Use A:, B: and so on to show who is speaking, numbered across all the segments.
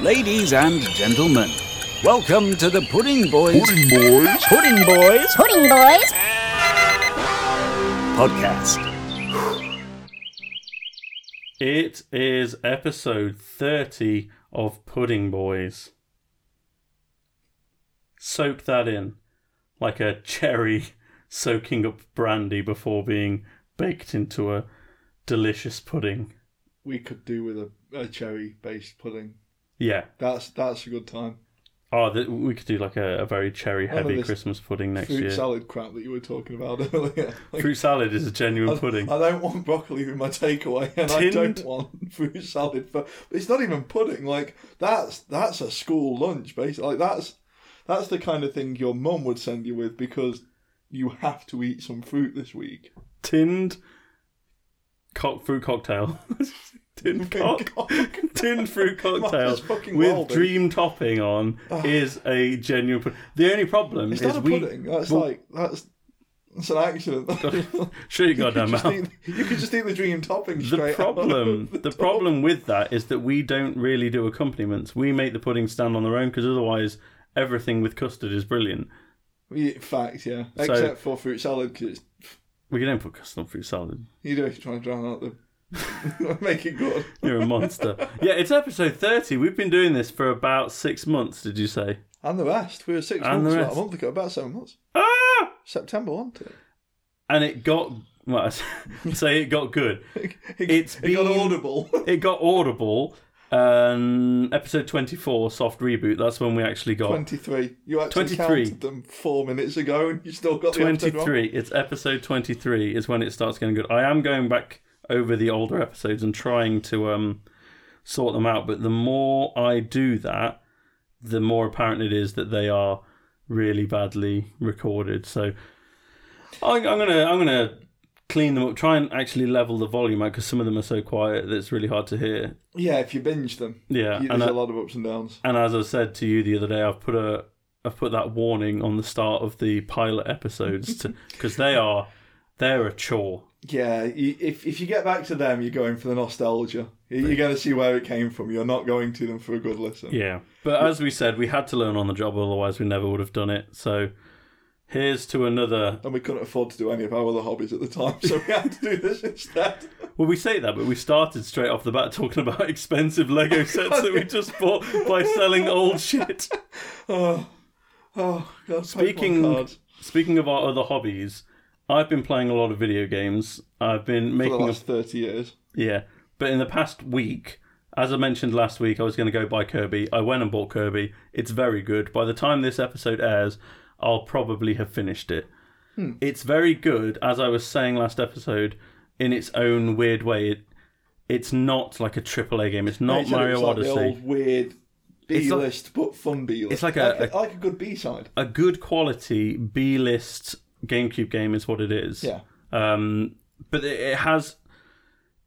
A: Ladies and gentlemen, welcome to the Pudding Boys.
B: Pudding boys.
A: Pudding Boys
C: Pudding Boys.
A: podcast.
D: It is episode 30 of Pudding Boys. Soak that in like a cherry soaking up brandy before being baked into a delicious pudding.
B: We could do with a, a cherry based pudding.
D: Yeah.
B: That's that's a good time.
D: Oh, th- we could do like a, a very cherry
B: Oh,
D: heavy
B: this
D: Christmas pudding next
B: Fruit
D: year.
B: salad crap that you were talking about earlier. Like,
D: Fruit salad is a genuine
B: I,
D: pudding.
B: I don't want broccoli with my takeaway, and I
D: Tinned-
B: don't want fruit salad. But it's not even pudding. Like that's that's a school lunch, basically. Like that's that's the kind of thing your mum would send you with because you have to eat some fruit this week.
D: Tinned cock fruit cocktail. Tinned cock. tinned fruit cocktail
B: Might as fucking
D: with
B: well be.
D: dream topping on is a genuine. Pud- the only problem
B: It's
D: is
B: not a
D: we.
B: pudding. That's
D: well-
B: like that's that's an accident.
D: Sure, you
B: You
D: goddamn
B: could just
D: mouth.
B: eat- You could just eat the dream topping
D: The
B: straight
D: problem, the problem with that is that we don't really do accompaniments. We make the pudding stand on their own because otherwise, everything with custard is brilliant.
B: problem. Fact, yeah. Except for fruit salad, because
D: We don't put custard on fruit salad.
B: you know if you're trying to drown out the. Make it good.
D: You're a monster. yeah, it's episode thirty. We've been doing this for about six months. Did you say?
B: And the rest. We were six
D: And
B: months, about
D: the
B: a
D: rest.
B: month ago, about seven months.
D: Ah!
B: September, wasn't it?
D: And it got. Well, I s- say it got good.
B: It,
D: It's
B: it got
D: been-
B: audible.
D: it got audible um episode 24 soft reboot that's when we actually got
B: 23. You actually
D: 23.
B: counted them four minutes ago and you still got the episode wrong.
D: 23 it's episode 23 is when it starts getting good i am going back over the older episodes and trying to um sort them out but the more i do that the more apparent it is that they are really badly recorded so I, i'm gonna i'm gonna clean them up try and actually level the volume out because some of them are so quiet that it's really hard to hear
B: Yeah, if you binge them.
D: yeah
B: you-
D: and
B: there's
D: I-
B: a lot of ups and downs.
D: And as I said to you the other day, I've put a I've put that warning on the start of the pilot episodes because they are they're a chore.
B: Yeah, you, if, if you get back to them, you're going for the nostalgia. You- You're going to see where it came from. You're not going to them for a good listen.
D: Yeah. But as we said, we had to learn on the job, otherwise we never would have done it. So here's to another.
B: and we couldn't afford to do any of our other hobbies at the time, so we had to do this instead.
D: Well, we say that, but we started straight off the bat talking about expensive Lego sets that we just bought by selling old shit.
B: Oh, oh God,
D: Speaking-
B: Pokemon cards
D: Speaking of our other hobbies, I've been playing a lot of video games. I've been
B: for the
D: making a
B: last thirty years.
D: Yeah, but in the past week, as I mentioned last week, I was going to go buy Kirby. I went and bought Kirby. It's very good. By the time this episode airs, I'll probably have finished it.
B: Hmm.
D: It's very good, as I was saying last episode, in its own weird way. It, it's not like a AAA game. It's
B: They
D: not
B: said it
D: Mario
B: was
D: Odyssey.
B: Like the old weird
D: It's
B: B
D: like-
B: list, but fun B list.
D: it's like a-
B: like a, like a good B side.
D: A good quality B list GameCube game is what it is.
B: Yeah,
D: Um, but it, it has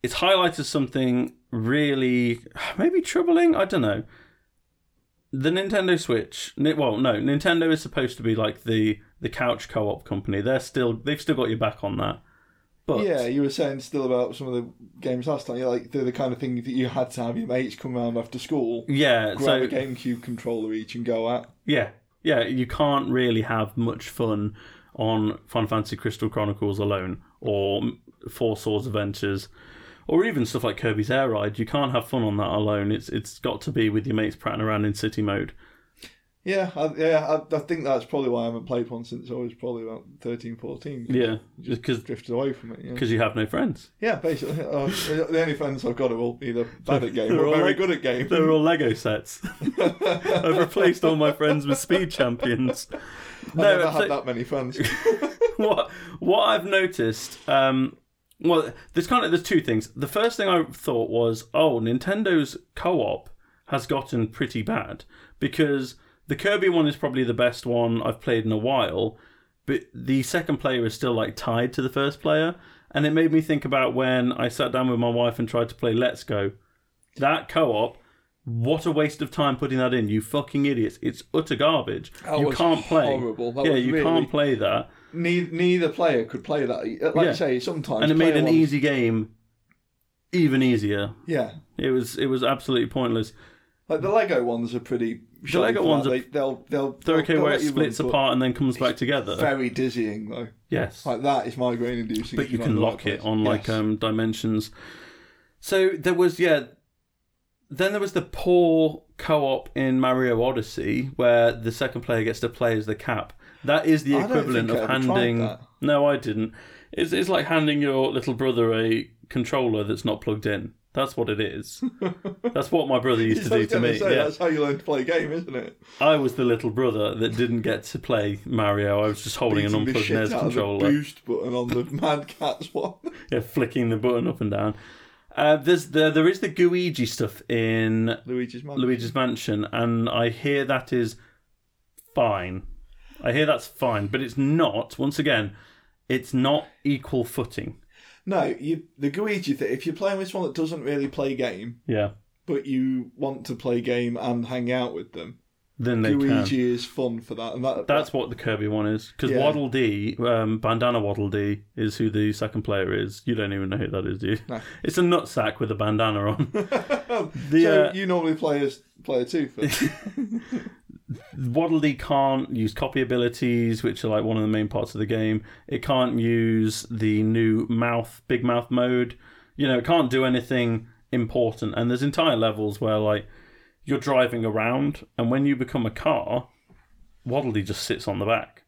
D: it's highlighted something really maybe troubling. I don't know. The Nintendo Switch, Ni- well, no, Nintendo is supposed to be like the the couch co-op company. They're still they've still got your back on that. But
B: yeah. You were saying still about some of the games last time. You're like they're the kind of thing that you had to have your mates come round after school,
D: yeah,
B: grab
D: Mm, so
B: a GameCube controller each, and go at.
D: Yeah, yeah. You can't really have much fun on Final Fantasy Crystal Chronicles alone, or Four Swords Adventures, or even stuff like Kirby's Air Ride. You can't have fun on that alone. It's it's got to be with your mates prattling around in city mode.
B: Yeah, I, yeah. I, I think that's probably why I haven't played one since I was probably about 13, 14.
D: Yeah, because
B: drifted away from it. Yeah,
D: because you have no friends.
B: yeah basically. Uh, the only friends I've got are all either bad at game
D: They're
B: or
D: all
B: very
D: like-
B: good at game.
D: They're all Lego sets. I've replaced all my friends with Speed Champions.
B: I never
D: so-
B: had that many friends.
D: what what I've noticed, um, well, there's kind of there's two things. The first thing I thought was, oh, Nintendo's co-op has gotten pretty bad because the Kirby one is probably the best one I've played in a while, but the second player is still like tied to the first player, and it made me think about when I sat down with my wife and tried to play Let's Go. That co-op. What a waste of time putting that in, you fucking idiots! It's utter garbage.
B: That
D: you
B: was
D: can't play.
B: horrible. That
D: yeah,
B: was
D: you
B: really-
D: can't play that.
B: neither, neither player could play that. Like
D: Yeah.
B: you say, sometimes
D: and it made
B: player
D: an
B: one-
D: easy game even easier.
B: Yeah,
D: It was it was absolutely pointless.
B: Like the Lego ones are pretty. The
D: Lego ones are-
B: They, they'll they'll
D: They're okay
B: they'll
D: where it
B: let you run,
D: splits
B: but
D: apart and then comes back together.
B: Very dizzying though.
D: yes.
B: Like that is migraine inducing.
D: but
B: if
D: you
B: you're not in
D: can
B: the
D: lock
B: right
D: it
B: place.
D: on like
B: Yes.
D: um dimensions. So there was yeah. Then there was the poor co-op in Mario Odyssey where the second player gets to play as the cap. That is the
B: I don't
D: equivalent
B: think
D: of
B: I ever tried
D: handing.
B: that.
D: No, I didn't. It's it's like handing your little brother a controller that's not plugged in. That's what it is. that's what my brother used to
B: I
D: do
B: was
D: to
B: gonna
D: me.
B: say,
D: yeah.
B: That's how you learn to play a game, isn't it?
D: I was the little brother that didn't get to play Mario. I was just holding an
B: Beating the
D: unplugged
B: shit
D: NES
B: out of the
D: controller.
B: boost button on the Mad Cats one.
D: yeah, flicking the button up and down. Uh, there's there, there is the Guigi stuff in
B: Luigi's Mad.
D: Luigi's Mansion, and I hear that is fine. I hear that's fine, but it's not. Once again, it's not equal footing.
B: No, you the Guigi thing. If you're playing with someone that doesn't really play game,
D: Yeah,
B: but you want to play game and hang out with them,
D: then they
B: Guigi
D: can.
B: is fun for that. And that
D: That's what the Kirby one is, because
B: Yeah.
D: Waddle Dee, um, Bandana Waddle Dee, is who the second player is. You don't even know who that is, do you?
B: No.
D: It's a nutsack with a bandana on.
B: so
D: the, uh,
B: you normally play as player two. For,
D: Waddle Dee can't use copy abilities, which are like one of the main parts of the game. It can't use the new mouth, big mouth mode. You know, it can't do anything important. And there's entire levels where like you're driving around, and when you become a car, Waddle Dee just sits on the back,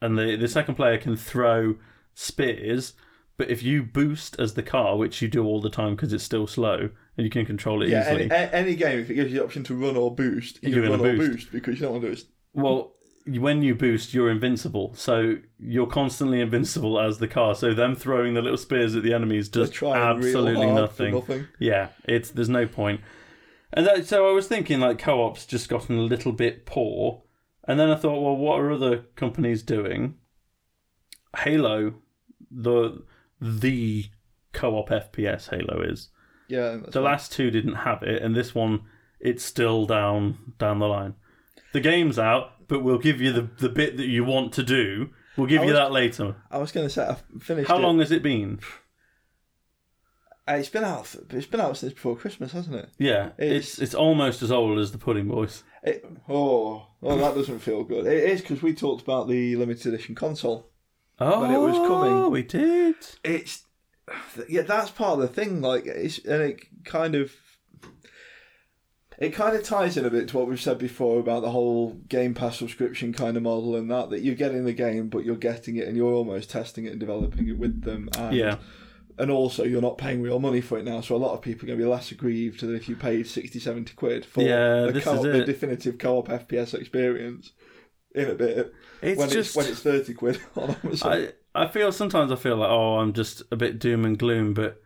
D: and the the second player can throw spears. But if you boost as the car, which you do all the time because it's still slow, and you can control it
B: yeah,
D: easily.
B: any, a- any game if it gives you the option to run or boost, you
D: You're
B: run
D: gonna
B: or
D: boost.
B: boost because you don't want to do it.
D: Well, when you boost, you're invincible. So you're constantly invincible as the car. So them throwing the little spears at the enemies does
B: Try
D: absolutely
B: real hard
D: nothing.
B: For nothing.
D: Yeah, it's there's no point. And that, so I was thinking like co-op's just gotten a little bit poor. And then I thought, well, what are other companies doing? Halo, the the co-op FPS Halo is.
B: Yeah, that's
D: The
B: fine.
D: last two didn't have it, and this one, it's still down down the line. The game's out, but we'll give you the, the bit that you want to do. We'll give
B: I
D: you
B: was-
D: that later.
B: I was going to say I finished.
D: How
B: it.
D: long has it been?
B: Uh, It's been out. It's been out since before Christmas, hasn't it?
D: Yeah,
B: It's-
D: it's it's almost as old as the Pudding Boys.
B: It, oh, oh, that doesn't feel good. It is because we talked about the limited edition console.
D: Oh,
B: it was coming.
D: We did.
B: It's yeah, that's part of the thing. Like, it's and it kind of it kind of ties in a bit to what we've said before about the whole Game Pass subscription kind of model and that that you're getting the game, but you're getting it and you're almost testing it and developing it with them. And,
D: Yeah,
B: and also you're not paying real money for it now, so a lot of people are going to be less aggrieved than if you paid 60, 70 quid for
D: Yeah,
B: the,
D: this
B: co-op,
D: is
B: the
D: it.
B: definitive co-op FPS experience in a bit.
D: it's
B: when
D: just
B: it's when it's thirty quid on Amazon.
D: I I feel sometimes I feel like oh I'm just a bit doom and gloom, but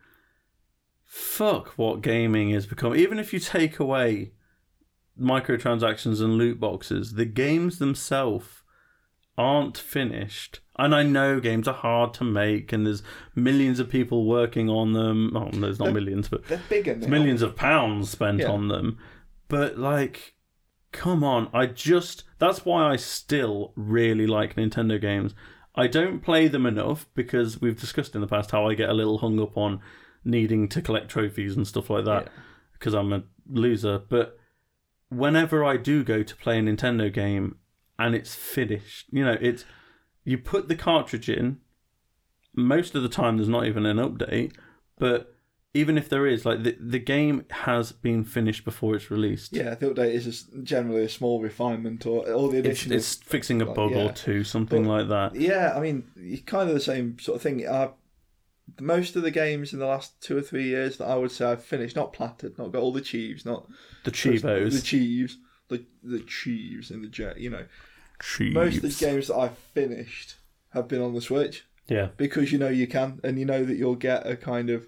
D: fuck what gaming has become. Even if you take away microtransactions and loot boxes, the games themselves aren't finished. And I know games are hard to make, and there's millions of people working on them. Oh, there's not millions, but
B: They're bigger now.
D: it's millions of pounds spent
B: Yeah.
D: on them. But like, come on! I just that's why I still really like Nintendo games. I don't play them enough because we've discussed in the past how I get a little hung up on needing to collect trophies and stuff like that because I'm a loser. But whenever I do go to play a Nintendo game and it's finished, you know, it's you put the cartridge in. Most of the time, there's not even an update, but even if there is, like the the game has been finished before it's released.
B: Yeah, the update is just generally a small refinement or or the
D: It's,
B: addition. of-
D: it's fixing a bug
B: yeah.
D: or two, something
B: But-
D: like that.
B: yeah, I mean, it's kind of the same sort of thing. I, most of the games in the last two or three years that I would say I've finished, not plattered, not got all the achieves, not
D: The Chivos.
B: the achieves, the the achieves in the jet, you know.
D: Chiefs.
B: most of the games that I've finished have been on the Switch
D: Yeah.
B: because you know you can, and you know that you'll get a kind of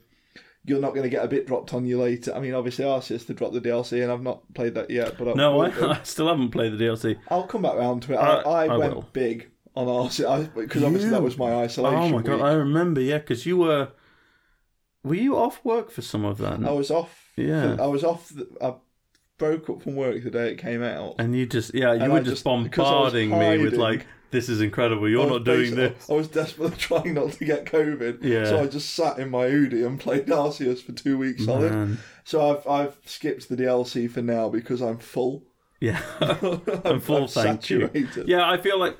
B: you're not going to get a bit dropped on you later. I mean, obviously, our sister dropped the DLC, and I've not played that yet, but I
D: No,
B: will
D: I,
B: do.
D: I still haven't played the DLC.
B: I'll come back round to it. I,
D: I-
B: I,
D: Uh, I
B: went
D: will.
B: big on our because obviously
D: You-
B: that was my isolation.
D: oh my god,
B: week.
D: I remember. Yeah, because you were were you off work for some of that?
B: I was off.
D: Yeah.
B: I was off. The, I broke up from work the day it came out.
D: And you just, yeah, you
B: And
D: were
B: I just-
D: just
B: because I was
D: bombarding me with
B: hiding.
D: like, this is incredible. You're
B: I was
D: not doing
B: basically-
D: this.
B: I was desperately trying not to get COVID.
D: Yeah.
B: So I just sat in my Udi and played Arceus for two weeks solid.
D: Man.
B: So I've I've skipped the DLC for now because I'm full.
D: Yeah.
B: I'm,
D: and full
B: I'm
D: thank you.
B: saturated.
D: Yeah, I feel like.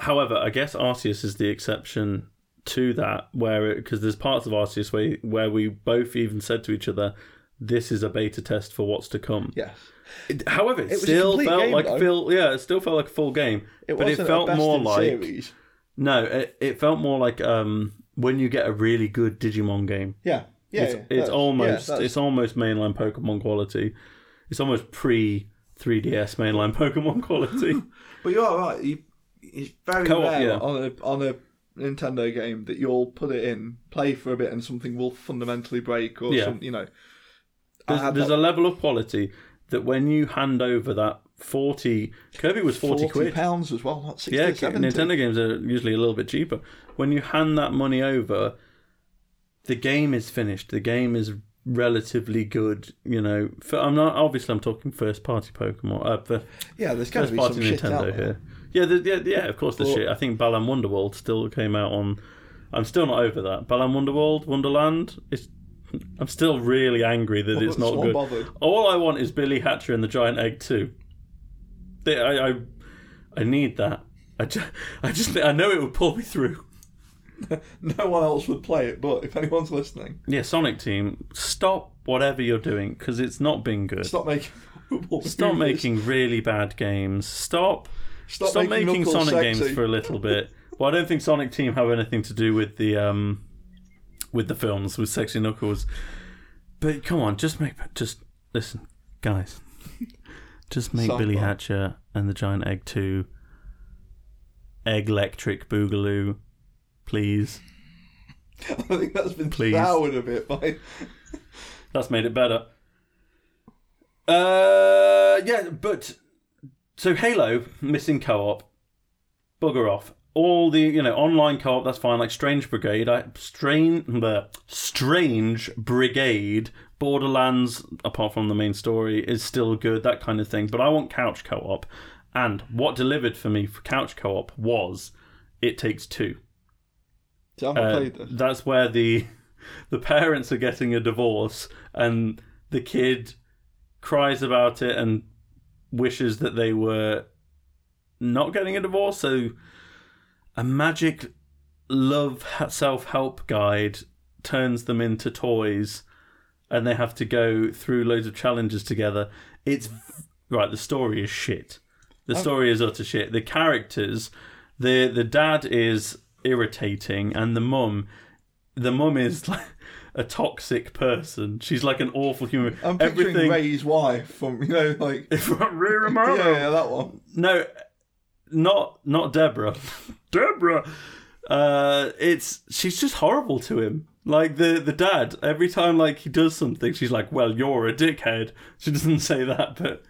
D: However, I guess Arceus is the exception to that, where because there's parts of Arceus where where we both even said to each other, "This is a beta test for what's to come."
B: Yes.
D: It- however, it,
B: was a
D: still
B: complete
D: felt
B: game,
D: like
B: though.
D: feel yeah, it still felt like a full game,
B: It
D: but it
B: wasn't a
D: felt
B: best
D: more
B: in
D: like
B: series.
D: no, it, it felt more like um when you get a really good Digimon game.
B: Yeah. Yeah.
D: It's,
B: yeah,
D: it's
B: that's-
D: almost
B: yeah, that's-
D: it's almost mainline Pokemon quality. It's almost pre 3DS mainline Pokemon quality.
B: But you are right. You, it's very
D: Co-op,
B: rare
D: yeah.
B: on a on a Nintendo game that you'll put it in, play for a bit, and something will fundamentally break or
D: Yeah.
B: some, you know. I
D: There's,
B: had
D: there's
B: that
D: a level of quality that when you hand over that 40, Kirby was 40,
B: 40
D: quid.
B: pounds as well, not 60
D: yeah,
B: 70.
D: Nintendo games are usually a little bit cheaper. When you hand that money over, the game is finished. The game is relatively good. You know, for, I'm not obviously I'm talking first party Pokemon, uh, for
B: Yeah, there's got to
D: first
B: be some
D: party
B: shit out
D: Nintendo
B: there.
D: here. Yeah, the, yeah, yeah. Of course, the
B: Well-
D: shit. I think Balan Wonderworld still came out on. I'm still not over that. Balan Wonderworld, Wonderland. It's. I'm still really angry that it's not
B: Not
D: good.
B: bothered.
D: All I want is Billy Hatcher and the Giant Egg too. I, I, I need that. I just, I just, I know it would pull me through.
B: No one else would play it, but if anyone's listening,
D: Yeah, Sonic Team, stop whatever you're doing because it's not been good.
B: stop
D: Stop,
B: making. movies.
D: making really bad games. Stop,
B: Stop,
D: stop making,
B: Knuckles
D: Sonic
B: sexy.
D: games for a little bit. Well, I don't think Sonic Team have anything to do with the um, with the films with Sexy Knuckles. But come on, just make, just listen, guys. Just make
B: Sidebar.
D: Billy Hatcher and the Giant Egg Two. Egg Electric Boogaloo, please.
B: I think that's been
D: Please.
B: soured a bit by.
D: That's made it better. Uh, yeah, but so Halo missing co-op, bugger off. All the you know online co-op that's fine. Like Strange Brigade, I strain the Strange Brigade, Borderlands, apart from the main story, is still good. That kind of thing. But I want couch co-op, and what delivered for me for couch co-op was it takes two.
B: See, I haven't
D: Uh,
B: played this.
D: That's where the the parents are getting a divorce, and the kid cries about it and wishes that they were not getting a divorce. So, a magic love self help guide turns them into toys, and they have to go through loads of challenges together. It's right. The story is shit. The story is utter shit. The characters, the the dad is irritating, and the mum, the mum is like a toxic person. She's like an awful human.
B: I'm picturing
D: Everything.
B: Ray's wife from you know like.
D: Ray
B: Yeah,
D: Romano.
B: yeah, that one.
D: No, not not Deborah. Deborah. Uh, it's she's just horrible to him. Like the the dad, every time like he does something, she's like, "Well, you're a dickhead." She doesn't say that, but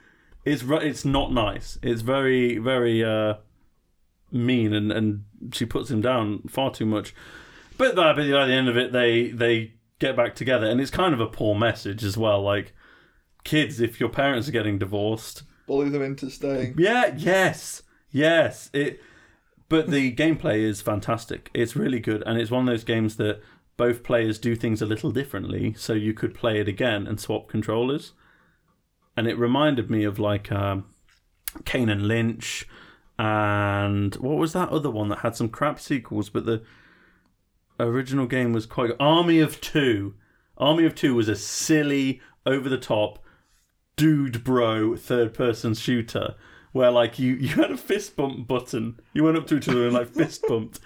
D: it's ru- it's not nice. It's very very uh mean, and and she puts him down far too much. But by, by the end of it, they they get back together, and it's kind of a poor message as well. Like, kids, if your parents are getting divorced,
B: Bully them into staying.
D: yeah, yes. Yes. It but the gameplay is fantastic. It's really good and it's one of those games that both players do things a little differently, so you could play it again and swap controllers. And it reminded me of like um Kane and Lynch and what was that other one that had some crap sequels but the original game was quite Army of 2. Army of 2 was a silly over the top dude bro third person shooter where like you you had a fist bump button you went up to each other and like fist bumped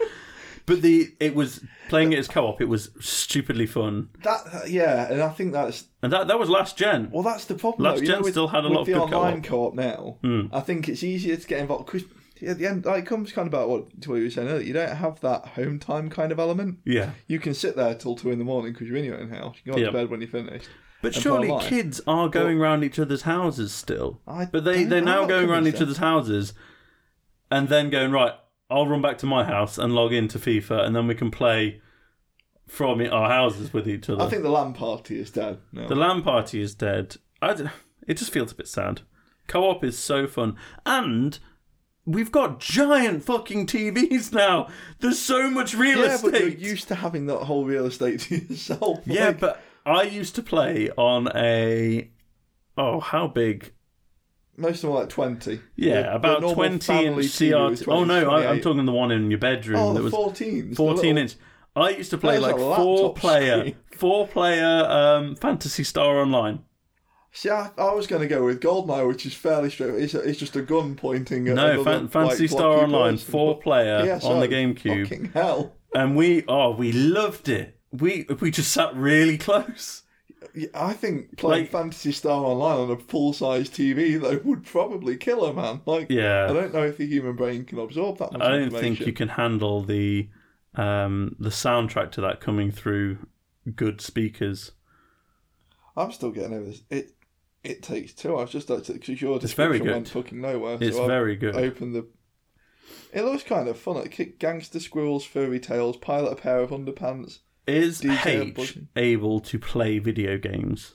D: but the it was playing it as co-op it was stupidly fun
B: That yeah, and I think that's
D: and that that was last gen
B: well, that's the problem.
D: Last
B: though, you know,
D: gen
B: with-
D: still had a
B: with
D: lot of
B: the
D: good Hmm.
B: online co-op, now. I think it's easier to get involved because at the end, like, it comes kind of about what to what you were saying earlier. You don't have that home time kind of element.
D: yeah
B: You can sit there till two in the morning because you're in your own house. You can go to
D: Yeah.
B: bed when you're finished.
D: but
B: And
D: surely
B: online.
D: kids are going round each other's houses still
B: I
D: but they
B: don't-
D: they're
B: I'm
D: now
B: not
D: going around
B: convinced
D: each
B: that-
D: other's houses and then going right i'll run back to my house and log into fifa and then we can play from our houses with each other
B: I think the land party is dead. No.
D: The Lamb Party is dead. I d- It just feels a bit sad. Co op is so fun. And we've got giant fucking TVs now. There's so much real
B: Yeah,
D: estate.
B: but you're used to having that whole real estate to yourself.
D: Yeah,
B: like,
D: but I used to play on a. Oh, how big?
B: most of them are like twenty.
D: Yeah,
B: The- the
D: about
B: normal
D: 20 inch
B: family TV was
D: CRT.
B: 20,
D: Oh, no, I, I'm
B: 28.
D: talking the one in your bedroom
B: Oh,
D: that
B: the
D: was
B: 14s, the
D: 14
B: little-
D: inch. I used to play
B: That is
D: like
B: a laptop
D: four player,
B: screen.
D: four player um, Fantasy Star Online.
B: See, I, I was going to go with Goldeneye, which is fairly straight. It's, it's just a gun pointing at
D: No,
B: another,
D: Fan-
B: like,
D: Fantasy Star
B: blocky
D: Online,
B: person.
D: four player
B: Yeah,
D: on the
B: so,
D: GameCube,
B: Fucking hell!
D: and we oh we loved it. We we just sat really close.
B: Yeah, I think playing
D: Like-
B: Fantasy Star Online on a full-size TV though would probably kill a man. Like,
D: Yeah.
B: I don't know if the human brain can absorb that much.
D: I don't think
B: information.
D: you can handle the um, the soundtrack to that coming through good speakers.
B: I'm still getting over this. It it takes two. I was just actually because your
D: It's very
B: description went
D: good.
B: fucking nowhere.
D: It's
B: so uh, I
D: very good.
B: Opened the. It looks kind of fun. It kicked gangster squirrels, furry tails, pilot a pair of underpants.
D: Is
B: DJ
D: H
B: Bushing.
D: able to play video games?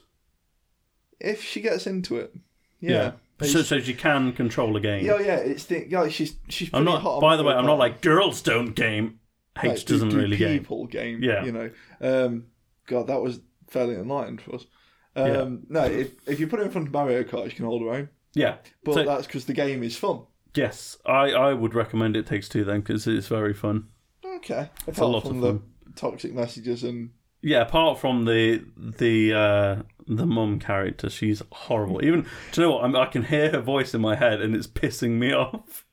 B: If she gets into it, yeah.
D: So, so she can control a game.
B: Yeah, oh, yeah, it's the yeah. She's she's.
D: I'm
B: pretty
D: not.
B: Hot on
D: by the way, I'm not
B: mobile.
D: like girls don't game. H
B: Like, do-
D: doesn't
B: do
D: really game.
B: people game.
D: Yeah.
B: you know. Um, God, that was fairly enlightened for us. Um, No, if, if you put it in front of Mario Kart, you can hold her own.
D: Yeah,
B: But
D: So-
B: that's because the game is fun.
D: Yes, I, I would recommend It Takes Two then because it's very fun.
B: Okay, apart
D: a lot
B: from the
D: of
B: toxic messages and
D: Yeah, apart from the the uh, the mum character, she's horrible. Even do you know what? I'm, I can hear her voice in my head, and it's pissing me off.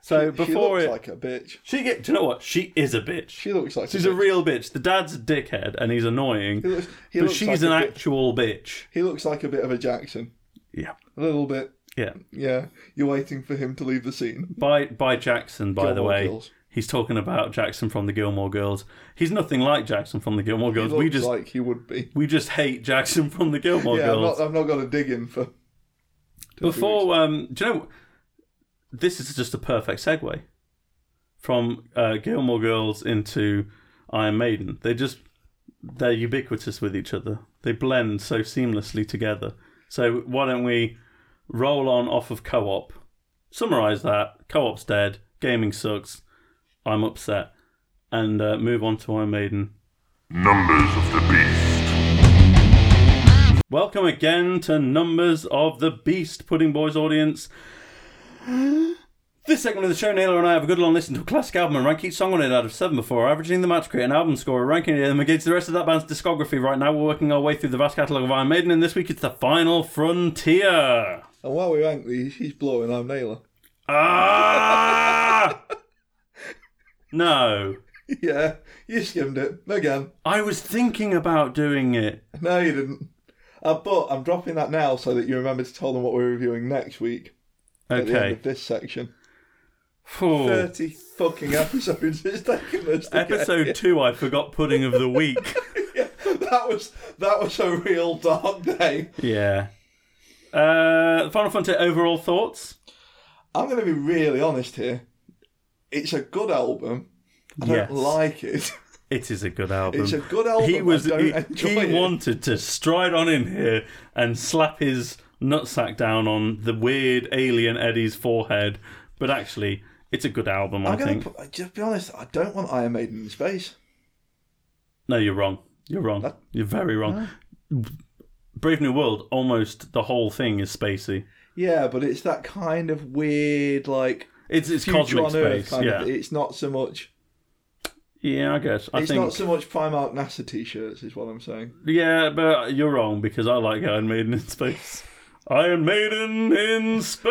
D: So
B: she
D: before
B: looks
D: it,
B: like a bitch.
D: she get. Do you know what? She is a bitch.
B: She looks like
D: she's
B: a
D: a
B: bitch.
D: real bitch. The dad's a dickhead, and he's annoying.
B: He looks, he
D: but
B: looks
D: she's
B: like
D: an
B: a bit-
D: actual bitch.
B: He looks like a bit of a Jackson,
D: Yeah,
B: a little bit.
D: yeah.
B: Yeah, you're waiting for him to leave the scene.
D: By by Jackson, by the
B: Gilmore
D: way.
B: Girls.
D: He's talking about Jackson from the Gilmore Girls. He's nothing like Jackson from the Gilmore
B: He
D: Girls.
B: looks
D: We just
B: like he would be.
D: we just hate Jackson from the Gilmore
B: Yeah, I'm
D: Girls.
B: not, I'm not going to dig in for.
D: Before, um, do you know, this is just a perfect segue from uh, Gilmore Girls into Iron Maiden. They just they're ubiquitous with each other. They blend so seamlessly together. So why don't we roll on off of co-op? Summarize that. Co-op's dead. Gaming sucks. I'm upset, and uh, move on to Iron Maiden.
C: Numbers of the Beast.
D: Welcome again to Numbers of the Beast, Pudding Boys audience. This segment of the show, Naylor and I have a good long listen to a classic album and rank each song on it out of seven before averaging the match, create an album score, ranking them against the rest of that band's discography. Right now, we're working our way through the vast catalogue of Iron Maiden, and this week it's the final frontier.
B: And while we rank these, he's blowing. I'm Naylor.
D: Ah! no,
B: yeah, you skimmed it again.
D: I was thinking about doing it.
B: No, you didn't. Uh, but I'm dropping that now so that you remember to tell them what we're reviewing next week at the end
D: Okay.
B: of this section.
D: Phew.
B: Thirty fucking episodes it's taken us. To
D: Episode
B: get.
D: two, I forgot pudding of the week.
B: here. that was that was a real dark day.
D: Yeah. Uh, Final Frontier overall thoughts?
B: I'm going to be really honest here. It's a good album. I don't
D: Yes.
B: like it.
D: It is a good album.
B: It's a good album,
D: He was
B: I don't
D: he,
B: enjoy
D: he
B: it.
D: wanted to stride on in here and slap his nutsack down on the weird alien Eddie's forehead, but actually, it's a good album. I
B: I'm going
D: think.
B: to put, just be honest. I don't want Iron Maiden in space.
D: No, you're wrong. You're wrong. You're very wrong. Brave New World, almost the whole thing is spacey.
B: Yeah, but it's that kind of weird, like
D: It's it's
B: future
D: cosmic
B: on Earth
D: space.
B: kind
D: Yeah,
B: of. It's not so much.
D: yeah. I guess I
B: It's
D: think.
B: not so much Primark NASA t-shirts, is what I'm saying.
D: Yeah, but you're wrong because I like Iron Maiden in space. Iron Maiden in space.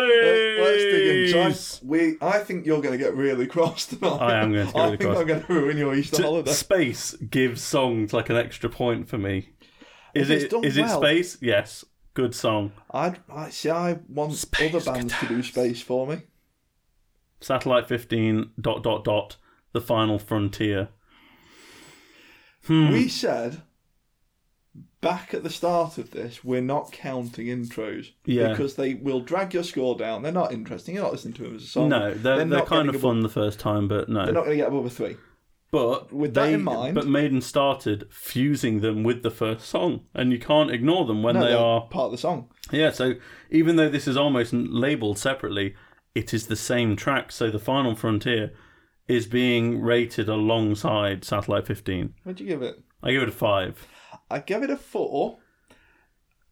B: Let's dig in, John. We, I think you're going to get really cross tonight.
D: I am going to get really
B: I think
D: cross.
B: I'm going to ruin your Easter
D: T-
B: holiday.
D: space gives songs like an extra point for me. Is
B: If it's
D: it
B: done
D: is
B: well-
D: it space? Yes, good song.
B: I'd, I see. I want
D: Space
B: other bands to do space for me.
D: Satellite 15 dot dot dot. The final frontier. Hmm.
B: We said back at the start of this, we're not counting intros
D: Yeah.
B: because they will drag your score down. They're not interesting. You're not listening to them as a song.
D: No, they're, they're,
B: not
D: kind
B: getting
D: of
B: above-
D: fun the first time, but no.
B: They're not going to get above a three.
D: But
B: With
D: they,
B: that in mind-
D: but Maiden started fusing them with the first song, and you can't ignore them when
B: No,
D: they
B: they're
D: are.
B: part of the song.
D: Yeah, so even though this is almost n- labeled separately, it is the same track. So the final frontier is being rated alongside Satellite 15.
B: What'd you give it?
D: I give it a five.
B: I give it a four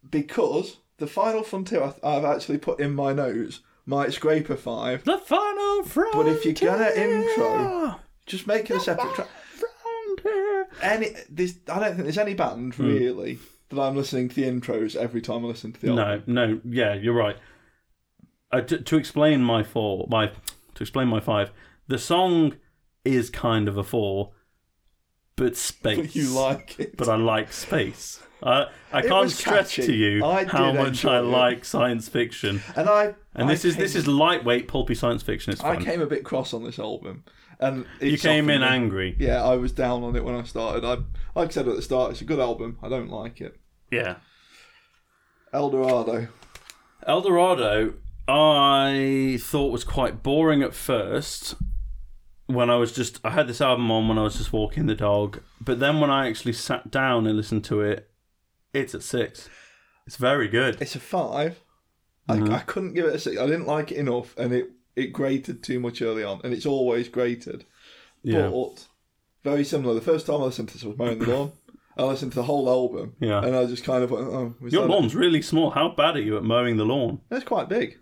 B: because the final frontier I- I've actually put in my notes might scrape a five.
D: The final frontier.
B: if you're gonna intro- Just make it a separate track.
D: frontier.
B: Any, this, I don't think there's any band
D: Hmm.
B: really that I'm listening to the intros every time I listen to the. album.
D: No, no, yeah, you're right. Uh, to, to explain my four, my to explain my five, the song is kind of a four, but space.
B: but you like it.
D: but I like space. I I
B: It
D: can't
B: was
D: stress
B: catchy.
D: to you
B: I
D: how
B: did
D: much
B: enjoy
D: I
B: it.
D: like science fiction.
B: and I
D: And
B: I
D: this is this
B: came-
D: is lightweight, pulpy science fiction. It's
B: I
D: fun.
B: came a bit cross on this album, and it
D: you came in
B: softened me.
D: angry.
B: Yeah, I was down on it when I started. I like I said at the start, it's a good album. I don't like it.
D: Yeah.
B: El Dorado.
D: El Dorado, I thought was quite boring at first. When I was just, I had this album on when I was just walking the dog, but then when I actually sat down and listened to it, it's at six. It's very good.
B: It's a five.
D: Mm-hmm.
B: I, I couldn't give it a six. I didn't like it enough, and it it grated too much early on, and it's always grated.
D: Yeah.
B: But very similar. The first time I listened to this was mowing the lawn. I listened to the whole album,
D: Yeah.
B: and I just kind of went, "Oh, was
D: Your
B: that it?"
D: lawn's really small. How bad are you at mowing the lawn?
B: That's quite big."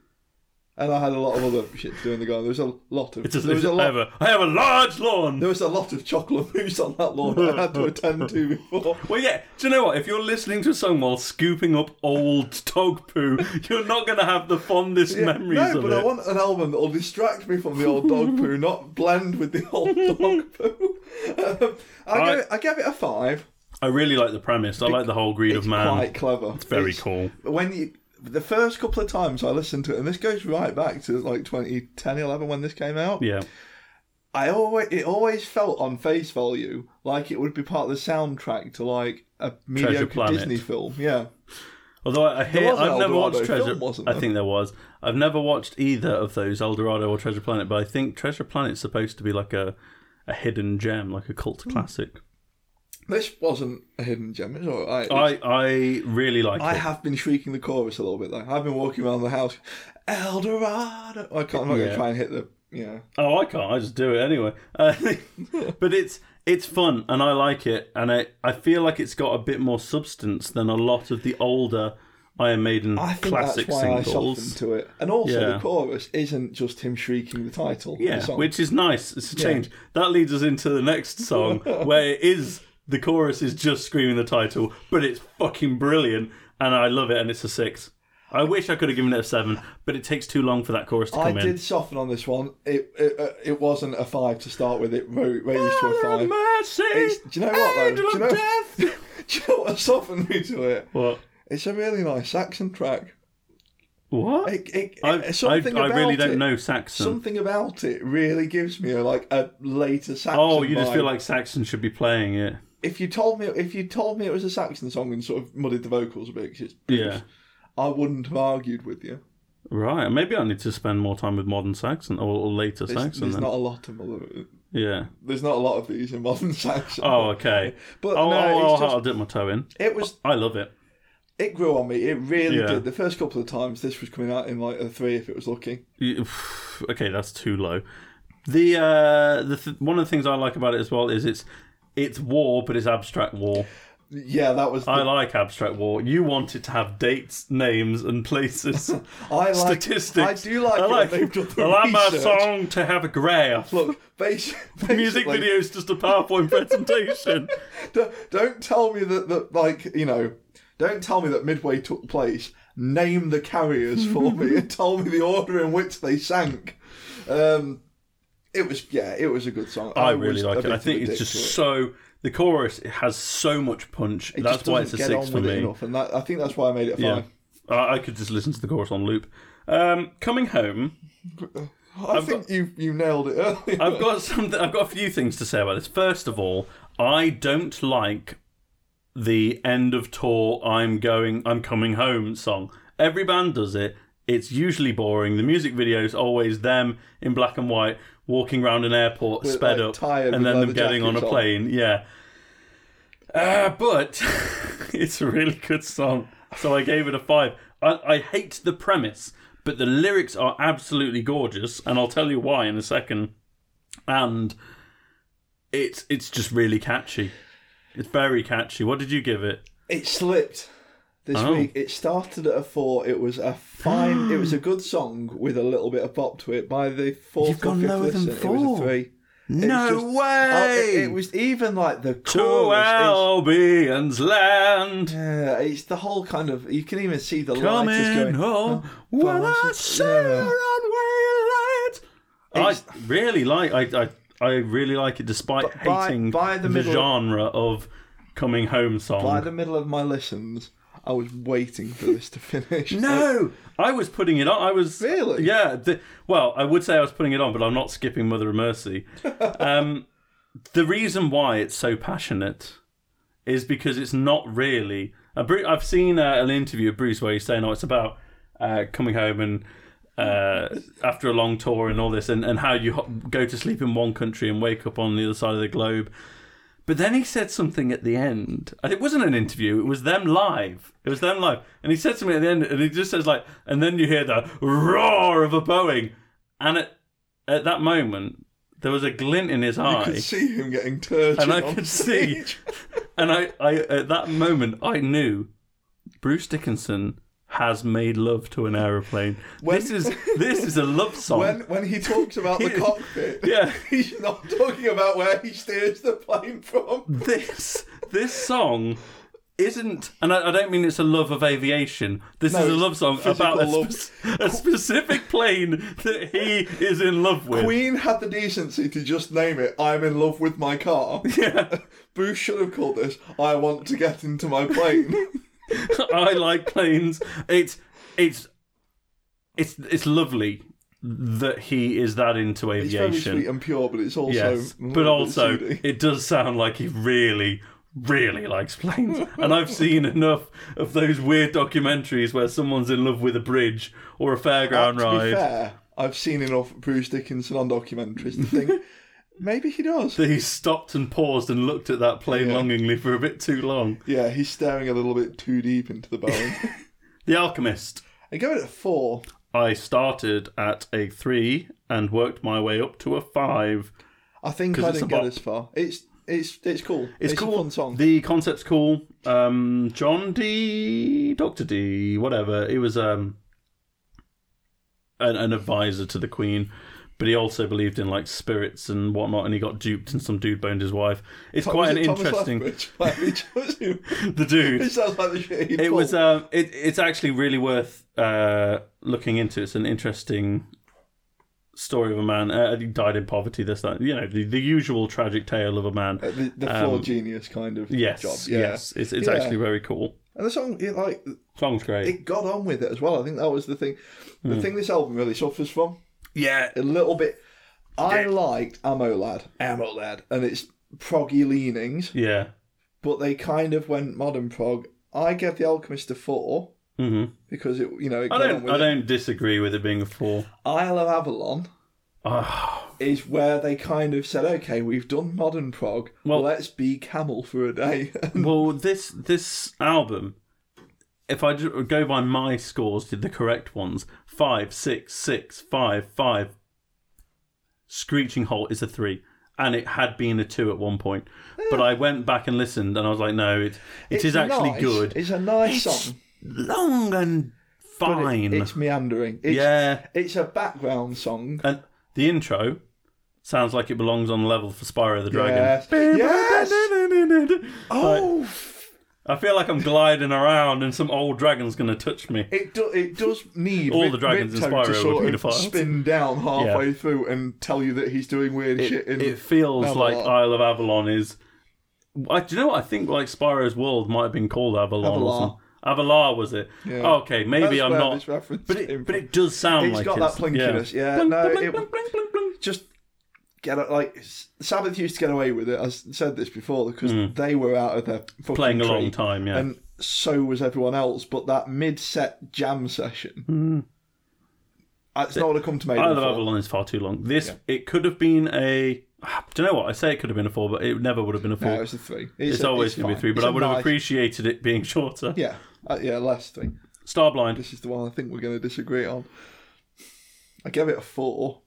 B: And I had a lot of other shit to do in the garden. There was a lot of.
D: It's just,
B: there was a
D: I,
B: lot.
D: have a, I have a large lawn.
B: there was a lot of chocolate mousse on that lawn that I had to attend to before.
D: Well, yeah. Do you know what? If you're listening to a song while scooping up old dog poo, you're not going to have the fondest memories
B: no,
D: of
B: but
D: it.
B: I want an album that will distract me from the old dog poo, not blend with the old dog poo. Um, I,
D: Right.
B: gave it, I gave it a five.
D: I really like the premise. I like the whole greed
B: It's
D: of man.
B: quite clever. It's
D: very cool.
B: When you, the first couple of times I listened to it, and this goes right back to like 2010, 11 when this came out.
D: Yeah.
B: I always it always felt on face value like it would be part of the soundtrack to like a mediocre
D: Planet.
B: Disney film. Yeah,
D: Although I I hear
B: was an
D: I've
B: El
D: never
B: Dorado
D: watched
B: film,
D: Treasure.
B: wasn't
D: I
B: there?
D: think there was. I've never watched either of those, El Dorado or Treasure Planet. But I think Treasure Planet's supposed to be like a, a hidden gem, like a cult
B: Hmm.
D: classic.
B: this wasn't a hidden gem. It's all right.
D: I I really like
B: I
D: it.
B: have been shrieking the chorus a little bit though. I've been walking around the house, El Dorado. I can't. I'm not
D: Yeah.
B: gonna try and hit the. Yeah,
D: Oh, I can't. I just do it anyway. Uh, but it's it's fun and I like it, and I I feel like it's got a bit more substance than a lot of the older Iron Maiden
B: I think
D: classic
B: that's why I
D: singles.
B: softened to it. And also,
D: Yeah.
B: the chorus isn't just him shrieking the title. of the
D: Yeah,
B: song.
D: which is nice. It's a change. That leads us into the next song where it is the chorus is just screaming the title, but it's fucking brilliant and I love it and it's a 6. I wish I could have given it a 7, but it takes too long for that chorus to
B: I
D: come in.
B: did soften on this one. It it, uh, it wasn't a five to start with. It ra- raised to a
D: Have
B: five.
D: mercy,
B: It's, do you know what though? Do
D: angel
B: you
D: of
B: know,
D: death.
B: do you know what softened me to it?
D: What?
B: It's a really nice Saxon track.
D: What?
B: It, it, it,
D: I, I,
B: eh, something
D: I
B: about
D: really don't
B: it,
D: know Saxon.
B: Something about it really gives me a, like a later Saxon.
D: oh, you just
B: vibe.
D: feel like Saxon should be playing it.
B: if you told me if you told me it was a Saxon song and sort of muddied the vocals a bit, 'cause it's,
D: Yeah.
B: I wouldn't have argued with you.
D: Right. Maybe I need to spend more time with modern Saxon or, or later
B: There's,
D: Saxon
B: there's
D: then.
B: not a lot of modern,
D: Yeah.
B: there's not a lot of these in modern Saxon.
D: Oh, okay.
B: But
D: oh,
B: no,
D: oh, oh,
B: it's just-
D: I'll dip my toe in.
B: it was
D: I love it.
B: it grew on me. It really
D: Yeah.
B: did. The first couple of times this was coming out in like a three if it was lucky.
D: You- Okay, that's too low. The uh, the th- one of the things I like about it as well is it's it's war, but it's abstract war.
B: Yeah, that was. The,
D: I
B: I,
D: like abstract war. You want it to have dates, names, and places.
B: like
D: Statistics.
B: I do like.
D: I
B: it
D: like,
B: when they've done the
D: I like my
B: research.
D: song to have a graph.
B: Look, basi- basically,
D: The music video's just a PowerPoint presentation.
B: D- don't tell me that that like you know, don't tell me that midway took place. Name the carriers for me and tell me the order in which they sank. Um, it was yeah, it was a good song.
D: I, really
B: was
D: like
B: a
D: it.
B: bit
D: I
B: of
D: think
B: a
D: it's
B: dick
D: just
B: to it.
D: so the chorus it has so much punch.
B: It
D: that's
B: just
D: why it's
B: doesn't
D: a
B: get
D: six
B: on
D: for
B: with it
D: me.
B: enough, and that, I think that's why I made it a
D: Yeah,
B: five.
D: I, I could just listen to the chorus on loop. Um, coming home,
B: I think you you nailed it earlier.
D: I've got some. I've got a few things to say about this. First of all, I don't like the end of tour. I'm going. I'm coming home song. Every band does it. It's usually boring. The music video's always them in black and white walking around an airport
B: With,
D: sped
B: like,
D: up
B: tired with
D: and then them
B: leather
D: getting on a
B: jackets on.
D: plane. Yeah. Uh, but it's a really good song. So I gave it a five. I, I hate the premise, but the lyrics are absolutely gorgeous, and I'll tell you why in a second. And it's it's just really catchy. It's very catchy. What did you give it?
B: It slipped this
D: Oh.
B: week. It started at a four. It was a fine. it was a good song with a little bit of pop to it. By the 4th
D: You've gone
B: or fifth
D: lower than
B: listen, it was
D: four.
B: a three. It was
D: No
B: just-
D: way!
B: Oh, it, it was even like the
D: To
B: chorus.
D: Albion's land.
B: It's, yeah, it's the whole kind of. You can even see the light is
D: Coming
B: going.
D: home when
B: was
D: I
B: it?
D: see
B: Yeah.
D: her on way light. I really like. I, I I really like it, despite
B: But by-
D: hating
B: by the
D: the,
B: middle-
D: genre of coming home song.
B: By the middle of my listens, I was waiting for this to finish.
D: no, I was putting it on. I was
B: Really?
D: yeah. The, well, I would say I was putting it on, but I'm not skipping Mother of Mercy. um, the reason why it's so passionate is because it's not really. A Bru- I've seen uh, an interview of Bruce where he's saying, "Oh, it's about uh, coming home and uh, after a long tour and all this, and, and how you ho- go to sleep in one country and wake up on the other side of the globe." But then he said something at the end, and it wasn't an interview; it was them live. It was them live, and he said something at the end, and he just says like, and then you hear the roar of a Boeing, and at at that moment there was a glint in his eye
B: I could see him getting turgid.
D: and I
B: on
D: could see,
B: stage.
D: and I, I at that moment I knew Bruce Dickinson has made love to an aeroplane.
B: When-
D: this is this is a love song.
B: When when he talks about the
D: He-
B: cockpit,
D: yeah.
B: he's not talking about where he steers the plane from.
D: this this song isn't, and I, I don't mean it's a love of aviation. This
B: No,
D: is a
B: it's
D: love song
B: physical
D: about a,
B: love.
D: spec- a specific plane that he is in love with.
B: Queen had the decency to just name it "I'm in love with my car."
D: Yeah,
B: Bruce should have called this "I want to get into my plane."
D: I like planes. It's it's it's it's lovely that he is that into
B: it's very
D: aviation.
B: sweet and pure, but it's also
D: Yes,
B: a little
D: but
B: bit
D: also
B: seedy.
D: it does sound like he really, really likes planes. and I've seen enough of those weird documentaries where someone's in love with a bridge or a
B: Uh,
D: fairground
B: to
D: ride
B: be fair, I've seen enough Bruce Dickinson on documentaries to think maybe he does.
D: that he stopped and paused and looked at that plane
B: Yeah.
D: longingly for a bit too long.
B: Yeah, he's staring a little bit too deep into the Boeing.
D: The Alchemist.
B: I give it a four.
D: I started at a three and worked my way up to a five.
B: I think
D: 'Cause
B: I
D: it's a
B: didn't get
D: bop.
B: as far. It's it's it's cool.
D: It's,
B: It's,
D: cool.
B: a fun song.
D: The concept's cool. Um, John D, Doctor D, whatever. He was um, an, an advisor to the Queen, but he also believed in like spirits and whatnot, and he got duped, and some dude boned his wife. It's
B: Tom-
D: quite
B: was
D: an
B: it Thomas
D: interesting
B: Lethbridge? Like, he chose him.
D: the
B: It
D: dude.
B: sounds like the shit he'd
D: It
B: pull.
D: was um, it, it's actually really worth uh looking into. It's an interesting story of a man. Uh, he died in poverty. This, that, you know, the, the usual tragic tale of a man.
B: the, the
D: um,
B: floor genius kind of
D: Yes,
B: job. Yeah.
D: yes, it's it's
B: Yeah.
D: actually very cool.
B: And the song, it, like
D: Song's great.
B: it got on with it as well. I think that was the thing. The
D: Hmm.
B: thing this album really suffers from
D: yeah,
B: a little bit. I liked Ammo Lad, Ammo Lad, and its proggy leanings,
D: yeah.
B: but they kind of went modern prog. I gave The Alchemist a four
D: hmm
B: because it, you know, it
D: I
B: got on
D: don't.
B: with
D: I
B: it.
D: don't disagree with it being a four.
B: Isle of Avalon
D: Oh,
B: is where they kind of said, okay, we've done modern prog,
D: Well-
B: let's be camel for a day.
D: well, this this album, if I ju- go by my scores, did the correct ones five, six, six, five, five. Screeching Halt is a three, and it had been a two at one point.
B: Eh.
D: But I went back and listened, and I was like, no, it it's actually
B: nice.
D: good.
B: It's a nice song.
D: long and
B: but it-
D: fine.
B: it's meandering. It's,
D: yeah,
B: It's a background song.
D: and the intro sounds like it belongs on the level for Spyro the Dragon.
B: Yes. yes. Oh, f-
D: I feel like I'm gliding around and some old dragon's going to touch me.
B: it, do, it does need
D: All
B: Rip-
D: the dragons in
B: Ripto
D: Spyro
B: to
D: were
B: sort of
D: paedophiles.
B: spin down halfway through and tell you that he's doing weird shit. In
D: It feels
B: Avalon.
D: like Isle of Avalon is. I, do you know what I think? Like Spyro's world might have been called Avalon.
B: Avalar.
D: Or something. Avalar was it?
B: Yeah.
D: Okay, maybe
B: That's
D: I'm
B: where
D: not.
B: This reference
D: But
B: came
D: it, but
B: from.
D: it does sound
B: It's
D: like
B: got
D: it's,
B: that plinkiness. Yeah, no, it- just get it like S- Sabbath used to get away with it. I s- said this before because they were out of their fucking
D: Hmm. playing a
B: tree,
D: long time. Yeah,
B: and
D: Hmm.
B: so was everyone else. But that mid-set jam session It's not going to come to me.
D: I love Avalon is far too long. This it could have been a. Do you know what I say? It could have been a four, but it never would have been a four.
B: No, it's a three.
D: it's,
B: a-
D: always going to be
B: fine.
D: three, but
B: It's
D: I
B: a
D: would have
B: nice-
D: appreciated it being shorter.
B: Yeah, uh, yeah, last thing.
D: Starblind.
B: This is the one I think we're going to disagree on. I gave it a four.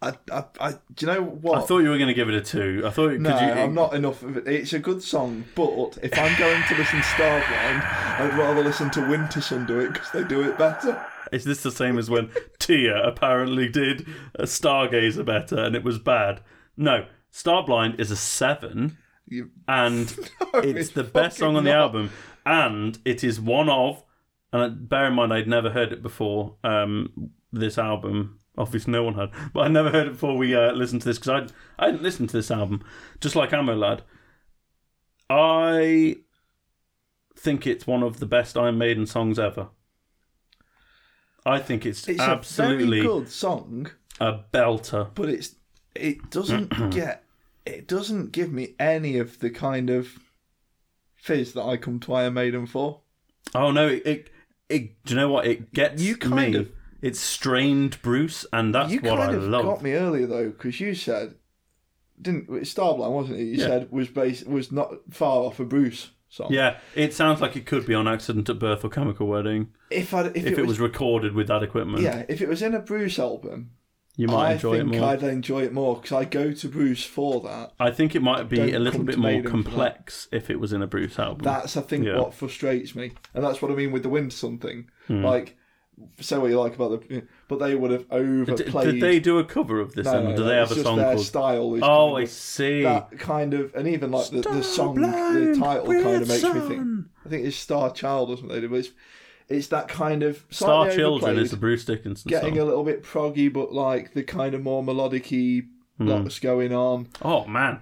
B: I, I, I do you know what?
D: I thought you were going to give it a two. I thought
B: no,
D: could you,
B: I'm not enough of it. It's a good song, but if I'm going to listen to Starblind, I'd rather listen to Winterson do it because they do it better.
D: Is this the same as when Tia apparently did a Stargazer better and it was bad? No, Starblind is a seven,
B: You,
D: and it's
B: it's
D: the best
B: fucking
D: song on the
B: not.
D: album, and it is one of. And bear in mind, I'd never heard it before. Um, this album, obviously, no one had, but I never heard it before we uh, listened to this because I I didn't listen to this album, just like Ammo Lad. I think it's one of the best Iron Maiden songs ever. I think it's,
B: it's a
D: absolutely a,
B: very good song,
D: belter.
B: but it's it doesn't get it doesn't give me any of the kind of fizz that I come to Iron Maiden for.
D: Oh no! It, it, it do you know what it gets
B: You kind
D: me?
B: of-
D: It's strained Bruce, and that's
B: you
D: what
B: kind
D: I
B: of
D: love.
B: got me earlier though, because you said didn't it was Starblind wasn't it? You
D: Yeah.
B: said was based was not far off a Bruce song.
D: Yeah, it sounds like it could be on accident at birth or chemical wedding
B: If I if,
D: if, it, was, recorded with that equipment.
B: yeah if it was in a Bruce album,
D: you might
B: I
D: enjoy it
B: think
D: more.
B: I'd enjoy it more because I go to Bruce for that.
D: I think it might be
B: Don't
D: a little
B: come
D: bit
B: to
D: more
B: Maiden for that.
D: complex if it was in a Bruce album.
B: That's I think
D: Yeah.
B: what frustrates me, and that's what I mean with the Winterson thing.
D: Hmm.
B: Like, say what you like about the, but they would have
D: D-
B: overplayed.
D: did they do a cover of this?
B: No,
D: then,
B: no,
D: or do
B: no,
D: they have
B: it's
D: a
B: just
D: song
B: their
D: called?
B: style? Is
D: Oh,
B: kind
D: I
B: of-
D: see. Oh,
B: that kind of and even like the, the song the
D: Starblind
B: title kind of makes me think
D: Wilson.
B: i think it's star child or something but it's it's that kind of
D: Star
B: slightly
D: Children
B: overplayed,
D: is the Bruce Dickinson
B: getting a
D: song.
B: little bit proggy but like the kind of more melodic y
D: Hmm.
B: lots going on
D: Oh man,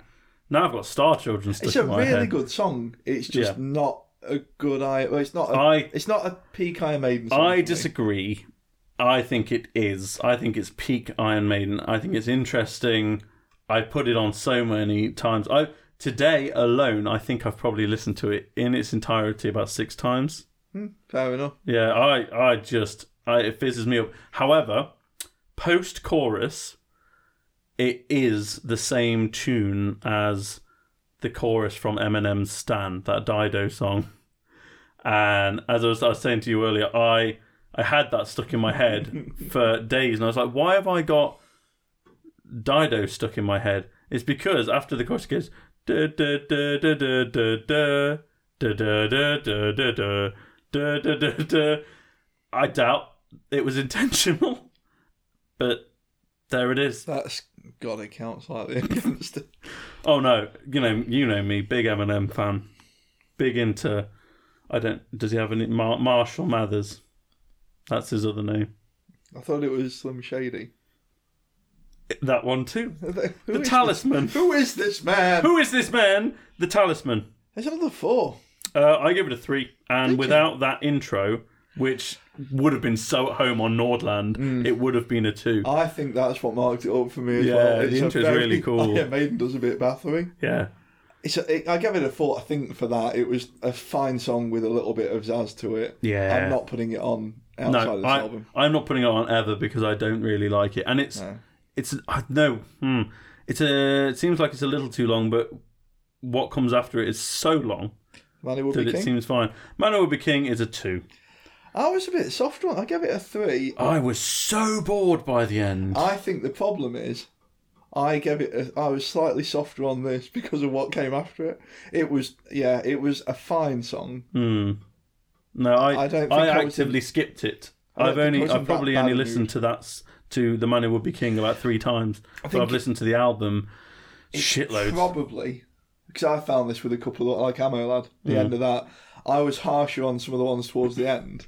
D: now I've got Star Children stuck
B: it's a
D: in my
B: really
D: head.
B: good song it's just
D: Yeah.
B: not a good i well, it's not a,
D: I-
B: it's not a peak iron maiden song for
D: I
B: me.
D: disagree. I think it is. I think it's peak Iron Maiden. I think it's interesting. I put it on so many times. I today alone, I think I've probably listened to it in its entirety about six times.
B: fair enough
D: Yeah, I I just I, it fizzes me up. However, post chorus, it is the same tune as the chorus from Eminem's "Stand," that Dido song. And as I was, I was saying to you earlier, I I had that stuck in my head for days, and I was like, why have I got Dido stuck in my head. It's because after the chorus goes da da da da da da da da da da da da da da da da da I doubt it was intentional. But there it is.
B: that's god it counts slightly against it
D: Oh no, you know you know me, big Eminem fan. Big into I don't does he have any Mar- Marshall Mathers? That's his other name.
B: i thought it was slim shady
D: That one too.
B: Who
D: The
B: is
D: Talisman.
B: this? who is this man
D: Who is this man? The Talisman.
B: It's another four
D: Uh, I give it a three, and without that intro, which would have been so at home on Nordland,
B: Mm.
D: it would have been a two.
B: I think that's what marked it up for me as
D: Yeah,
B: well.
D: the
B: a
D: intro's
B: very-
D: really cool.
B: Yeah, Maiden does a bit bathering.
D: yeah,
B: It's a, it, I gave it a four. I think for that it was a fine song with a little bit of zazz to it.
D: Yeah.
B: I'm not putting it on outside
D: no,
B: this
D: I,
B: album.
D: I'm not putting it on ever because I don't really like it, and it's it's I, no, hmm, it's a it seems like it's a little too long, but what comes after it is so long
B: Manny would
D: that
B: be
D: it
B: king.
D: seems fine. Man Who Would Be King is a two.
B: I was a bit soft on. it. I gave it a three.
D: I was so bored by the end.
B: Oh. I think the problem is. I gave it. A, I was slightly softer on this because of what came after it. It was, yeah, it was a fine song.
D: No, I
B: I don't think
D: I
B: I was
D: actively skipped it.
B: don't
D: I've
B: think I
D: only
B: was in
D: I've
B: that
D: probably
B: bad
D: only
B: a
D: listened
B: mood.
D: to that s- to the Man Who Would Be King about three times. So
B: think
D: I've listened to the album shitloads.
B: Probably because I found this with a couple of like Ammo Lad. The
D: Hmm.
B: end of that, I was harsher on some of the ones towards the end.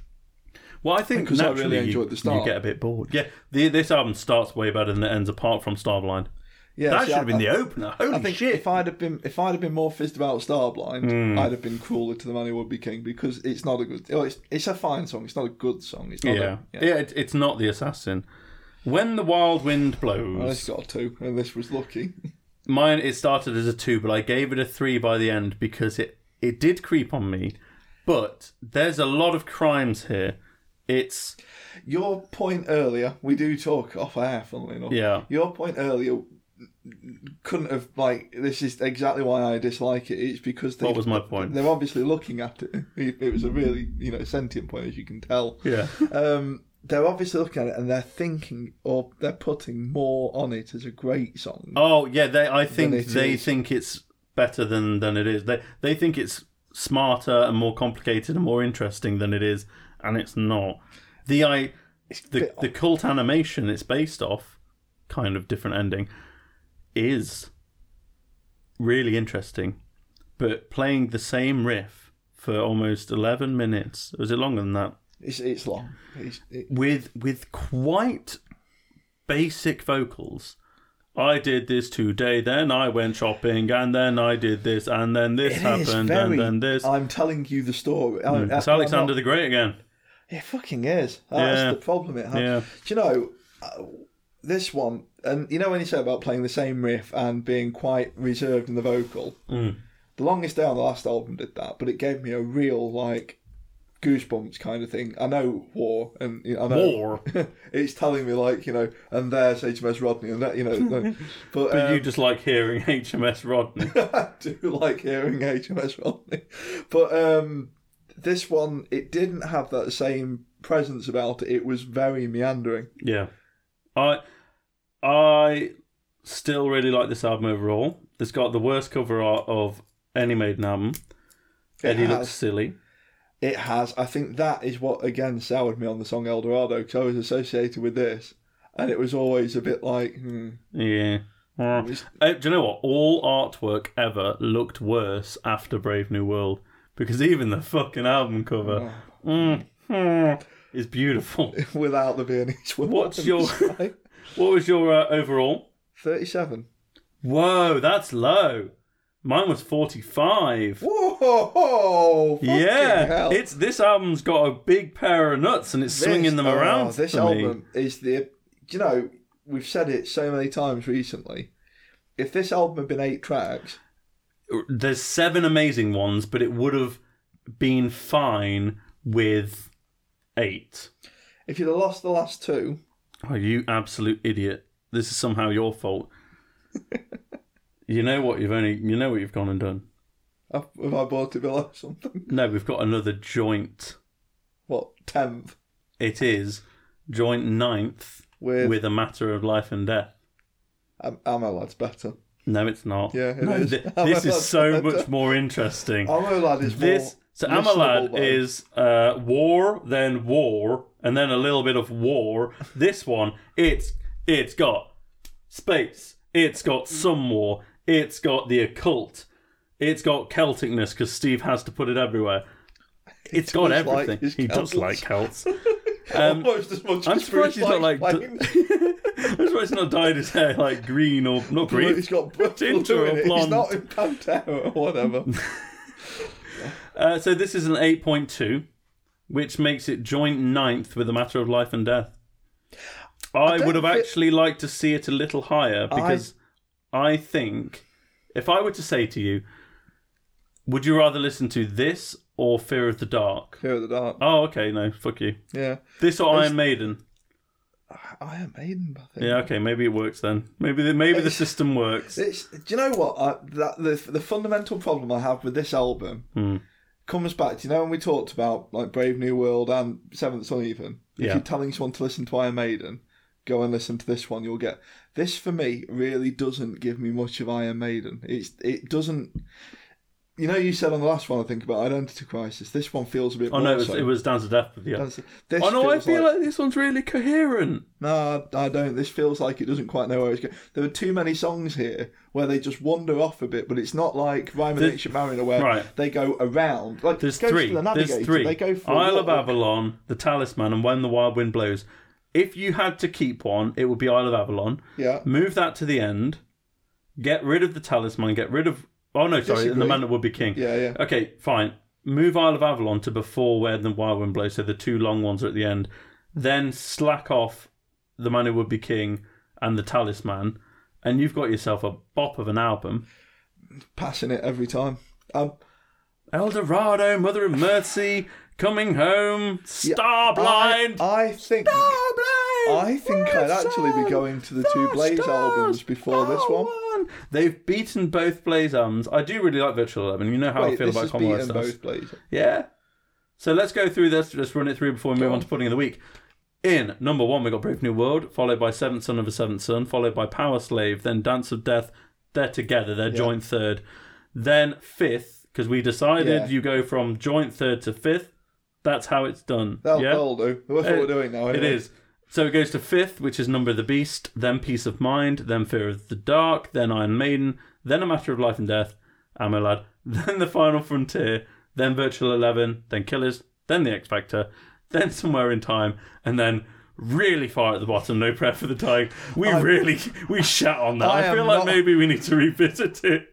D: well, I think
B: because I
D: naturally
B: really enjoyed
D: you,
B: the start.
D: you get a bit bored. Yeah, the, this album starts way better than it ends. Apart from Starblind,
B: Yeah,
D: that
B: see,
D: should have
B: I-
D: been
B: I-
D: the opener. Holy
B: I think
D: shit!
B: if I'd have been if I'd have been more fizzed about Starblind,
D: Hmm.
B: I'd have been crueler to the man who would be king because it's not a good. well, It's, it's a fine song. It's not a good song. It's not.
D: yeah,
B: A,
D: yeah, it, it's not the assassin. When the wild wind blows,
B: I Oh, just got a two, and this was lucky.
D: mine it started as a two but i gave it a three by the end because it it did creep on me but there's a lot of crimes here It's
B: Your point earlier, we do talk off air, funnily enough.
D: Yeah.
B: Your point earlier couldn't have like this is exactly why I dislike it. It's because they
D: What was my point?
B: They're obviously looking at it. It it was a really you know sentient point, as you can tell.
D: yeah,
B: Um, they're obviously looking at it and they're thinking or they're putting more on it as a great song.
D: Oh yeah, they. I think
B: it
D: they
B: is.
D: think it's better than than it is. They they think it's smarter and more complicated and more interesting than it is, and it's not. The I the
B: bit
D: the cult animation it's based off, kind of different ending, is really interesting, but playing the same riff for almost eleven minutes was it longer than that?
B: It's it's long. It's, it,
D: with with quite basic vocals. I did this today, then I went shopping, and then I did this, and then this
B: it is
D: happened,
B: very.
D: and then this. Hmm.
B: I'm telling you the story. I- I-
D: it's
B: I'm
D: Alexander
B: not-
D: the Great again.
B: It fucking is. That's
D: Yeah.
B: the problem it has.
D: Yeah.
B: Do you know uh, this one? And you know when you say about playing the same riff and being quite reserved in the vocal,
D: Hmm.
B: the longest day on the last album did that, but it gave me a real like goosebumps kind of thing. I know war, and you know, I know
D: War?
B: it's telling me like you know, and there's HMS Rodney, and that you know, no. but,
D: But
B: um,
D: you just like hearing HMS Rodney.
B: I do like hearing HMS Rodney. But um, this one, it didn't have that same presence about it. It was very meandering.
D: yeah, I I still really like this album overall. It's got the worst cover art of any Maiden album.
B: It
D: Eddie
B: has.
D: looks silly.
B: It has. I think that is what, again, soured me on the song El Dorado, because I was associated with this. And it was always a bit like, hmm,
D: Yeah. Uh, do you know what? All artwork ever looked worse after Brave New World because even the fucking album cover mm, mm, is beautiful.
B: without the Viennese words.
D: What's your-
B: Like,
D: What was your uh, overall?
B: 37.
D: Whoa, that's low. Mine was 45.
B: Whoa! ho, ho, fucking
D: yeah,
B: hell.
D: it's this album's got a big pair of nuts and it's swinging them
B: oh,
D: around.
B: this
D: for
B: album is the. You know, we've said it so many times recently. If this album had been eight tracks,
D: me. There's seven amazing ones, but it would have been fine with eight.
B: if you'd have lost the last two,
D: Oh, you absolute idiot! This is somehow your fault. you know what you've only you know what you've gone and done.
B: have have I bought it below something?
D: No, we've got another joint.
B: What tenth
D: It is joint ninth
B: with,
D: with, a matter of life and death.
B: Am- Ammo Lad's better.
D: No, it's not.
B: Yeah, it
D: no,
B: is.
D: thi- this is so much more interesting.
B: Ammo Lad is
D: This so
B: more listenable,
D: Amalad
B: though.
D: is uh, war, then war, and then a little bit of war. This one, it's it's got space, it's got some war, it's got the occult, it's got Celticness because Steve has to put it everywhere. It's got
B: does like
D: everything.
B: his
D: he does
B: Celts.
D: like Celts.
B: almost as much.
D: um, I'm
B: as
D: surprised he's
B: Bruce
D: not like.
B: likes
D: d-
B: planes.
D: I'm surprised he's not dyed his hair like green or not green.
B: He's got blue
D: Ginger or
B: in it. He's
D: blonde.
B: not in Pantera or whatever.
D: Uh, so this is an 8.2, which makes it joint ninth with a matter of life and death. I,
B: don't
D: would have
B: thi-
D: actually liked to see it a little higher because I... think if I were to say to you, would you rather listen to this or Fear of the Dark?
B: Fear of the Dark.
D: Oh, okay, no, fuck you.
B: Yeah,
D: This or Iron Maiden?
B: I am Maiden. I think.
D: Yeah, okay, maybe it works then. Maybe the, maybe the system works.
B: It's, do you know what? I, that, the the fundamental problem I have with this album
D: Hmm.
B: comes back. Do you know when we talked about like Brave New World and Seventh Son even? If
D: Yeah.
B: you're telling someone to listen to Iron Maiden, go and listen to this one. You'll get this. For me, really doesn't give me much of Iron Maiden. It's it doesn't. You know, you said on the last one, I think about Identity Crisis. This one feels a bit.
D: Oh
B: more
D: no, it was,
B: so.
D: it was Dance to Death with you.
B: This
D: Oh no, I
B: feels
D: feel like this one's really coherent.
B: no, I don't. This feels like it doesn't quite know where it's going. There are too many songs here where they just wander off a bit, but it's not like Rhyme and
D: There's-
B: Ancient Mariner where
D: Right.
B: they go around. Like
D: There's
B: Ghost of
D: three.
B: The Navigator,
D: There's three.
B: They go for a
D: Isle of
B: walk.
D: Avalon, The Talisman, and When the Wild Wind Blows. If you had to keep one, it would be Isle of Avalon.
B: Yeah.
D: Move that to the end. Get rid of the Talisman. Get rid of. Oh no, sorry.
B: Disagree.
D: The Man That Would Be King.
B: Yeah, yeah.
D: Okay, fine. Move Isle of Avalon to before Where the Wild Wind Blows. So the two long ones are at the end. Then slack off The Man Who Would Be King and The Talisman, and you've got yourself a bop of an album.
B: Passing it every time. Um,
D: El Dorado, Mother of Mercy, coming home,
B: I,
D: Starblind.
B: I think
D: Starblind.
B: I think I'd actually be going to the two Blaze albums before this one.
D: They've beaten both Blaze albums. I do really like Virtual Eleven. You know how I
B: Wait,
D: feel
B: this
D: about
B: is
D: Commonwealth
B: beating both
D: stuff.
B: Blaze.
D: Yeah. So let's go through this. Let's run it through before we move on to putting of the week. In number one, we got Brave New World, followed by Seventh Son of a Seventh Son, followed by Power Slave, then Dance of Death. They're together. They're joint third. Then fifth, because we decided
B: Yeah.
D: you go from joint third to fifth. That's how it's done.
B: That'll,
D: yeah,
B: that'll do. That's what we're doing now.
D: it
B: Anyway.
D: is. So it goes to fifth, which is Number of the Beast, then Peace of Mind, then Fear of the Dark, then Iron Maiden, then A Matter of Life and Death, Ammo Lad, then The Final Frontier, then Virtual Eleven, then Killers, then The X Factor, then Somewhere in Time, and then really far at the bottom, No Prayer for the Dying. We really we shat on that.
B: I
D: I, feel
B: am
D: like
B: not-
D: maybe we need to revisit it.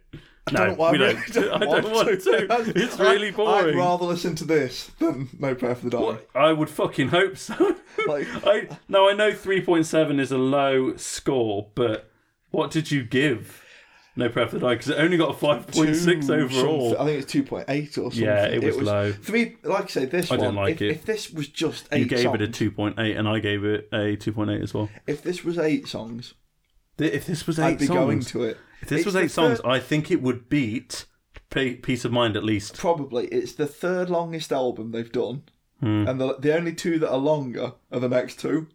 D: No,
B: don't- I
D: we
B: really
D: don't.
B: don't
D: I don't
B: want
D: want,
B: to.
D: to.
B: That's-
D: It's really
B: I'd-
D: boring.
B: I'd rather listen to this than No Prayer for the Dying.
D: I would fucking hope so.
B: Like-
D: I now I know three point seven is a low score, but what did you give? No prayer for the because it only got a five point six
B: Two
D: overall.
B: something- I think it's two point eight or something.
D: Yeah, it was low.
B: Three, like I say, this
D: I
B: one.
D: didn't like
B: if,
D: it.
B: if this was just eight,
D: You gave
B: songs,
D: it a two point eight, and I gave it a two point eight as well.
B: If this was eight songs,
D: Th- If this was 8
B: I'd be
D: songs,
B: going to it.
D: if this
B: It's
D: was
B: the
D: eight songs,
B: third-
D: I think it would beat P- Peace of Mind at least.
B: probably it's the third longest album they've done,
D: Hmm.
B: and the the only two that are longer are the next two.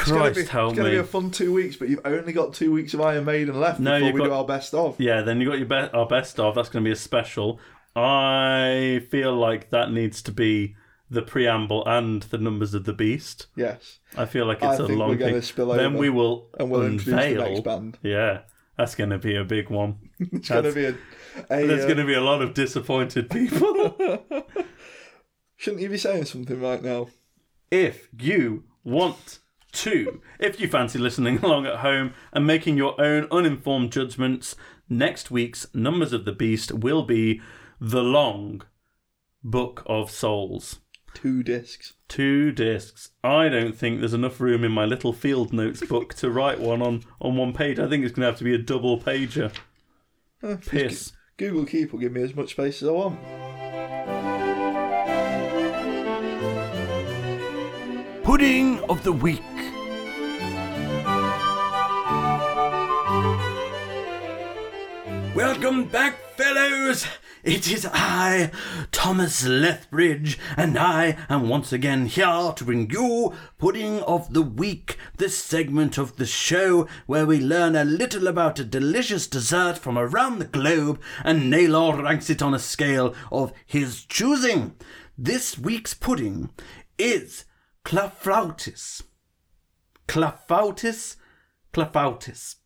B: It's gonna
D: Christ
B: be,
D: help
B: it's gonna
D: me.
B: be a fun two weeks, but you've only got two weeks of Iron Maiden left
D: No,
B: before
D: you've
B: we
D: got-
B: do our best of.
D: Yeah, then you got your be- our best of. That's going to be a special. I feel like that needs to be the preamble and the numbers of the beast.
B: Yes,
D: I feel like
B: I
D: it's a
B: think
D: long
B: we're gonna
D: thing.
B: spill
D: then
B: over
D: we will
B: and we'll introduce
D: unveil.
B: the next band.
D: Yeah, that's going to be a big one.
B: it's gonna be a. a
D: There's
B: uh,
D: going to be a lot of disappointed people.
B: Shouldn't you be saying something right now?
D: if you want to, if you fancy listening along at home and making your own uninformed judgments, next week's Numbers of the Beast will be the long Book of Souls.
B: Two discs.
D: Two discs. I don't think there's enough room in my little field notes book to write one on, on one page. I think it's going to have to be a double pager.
B: Eh,
D: Piss.
B: Google Keep will give me as much space as I want.
A: Pudding of the Week.
D: Welcome back, fellows! It is I, Thomas Lethbridge, and I am once again here to bring you Pudding of the Week, this segment of the show where we learn a little about a delicious dessert from around the globe and Naylor ranks it on a scale of his choosing. This week's pudding is clafoutis. Clafoutis, clafoutis.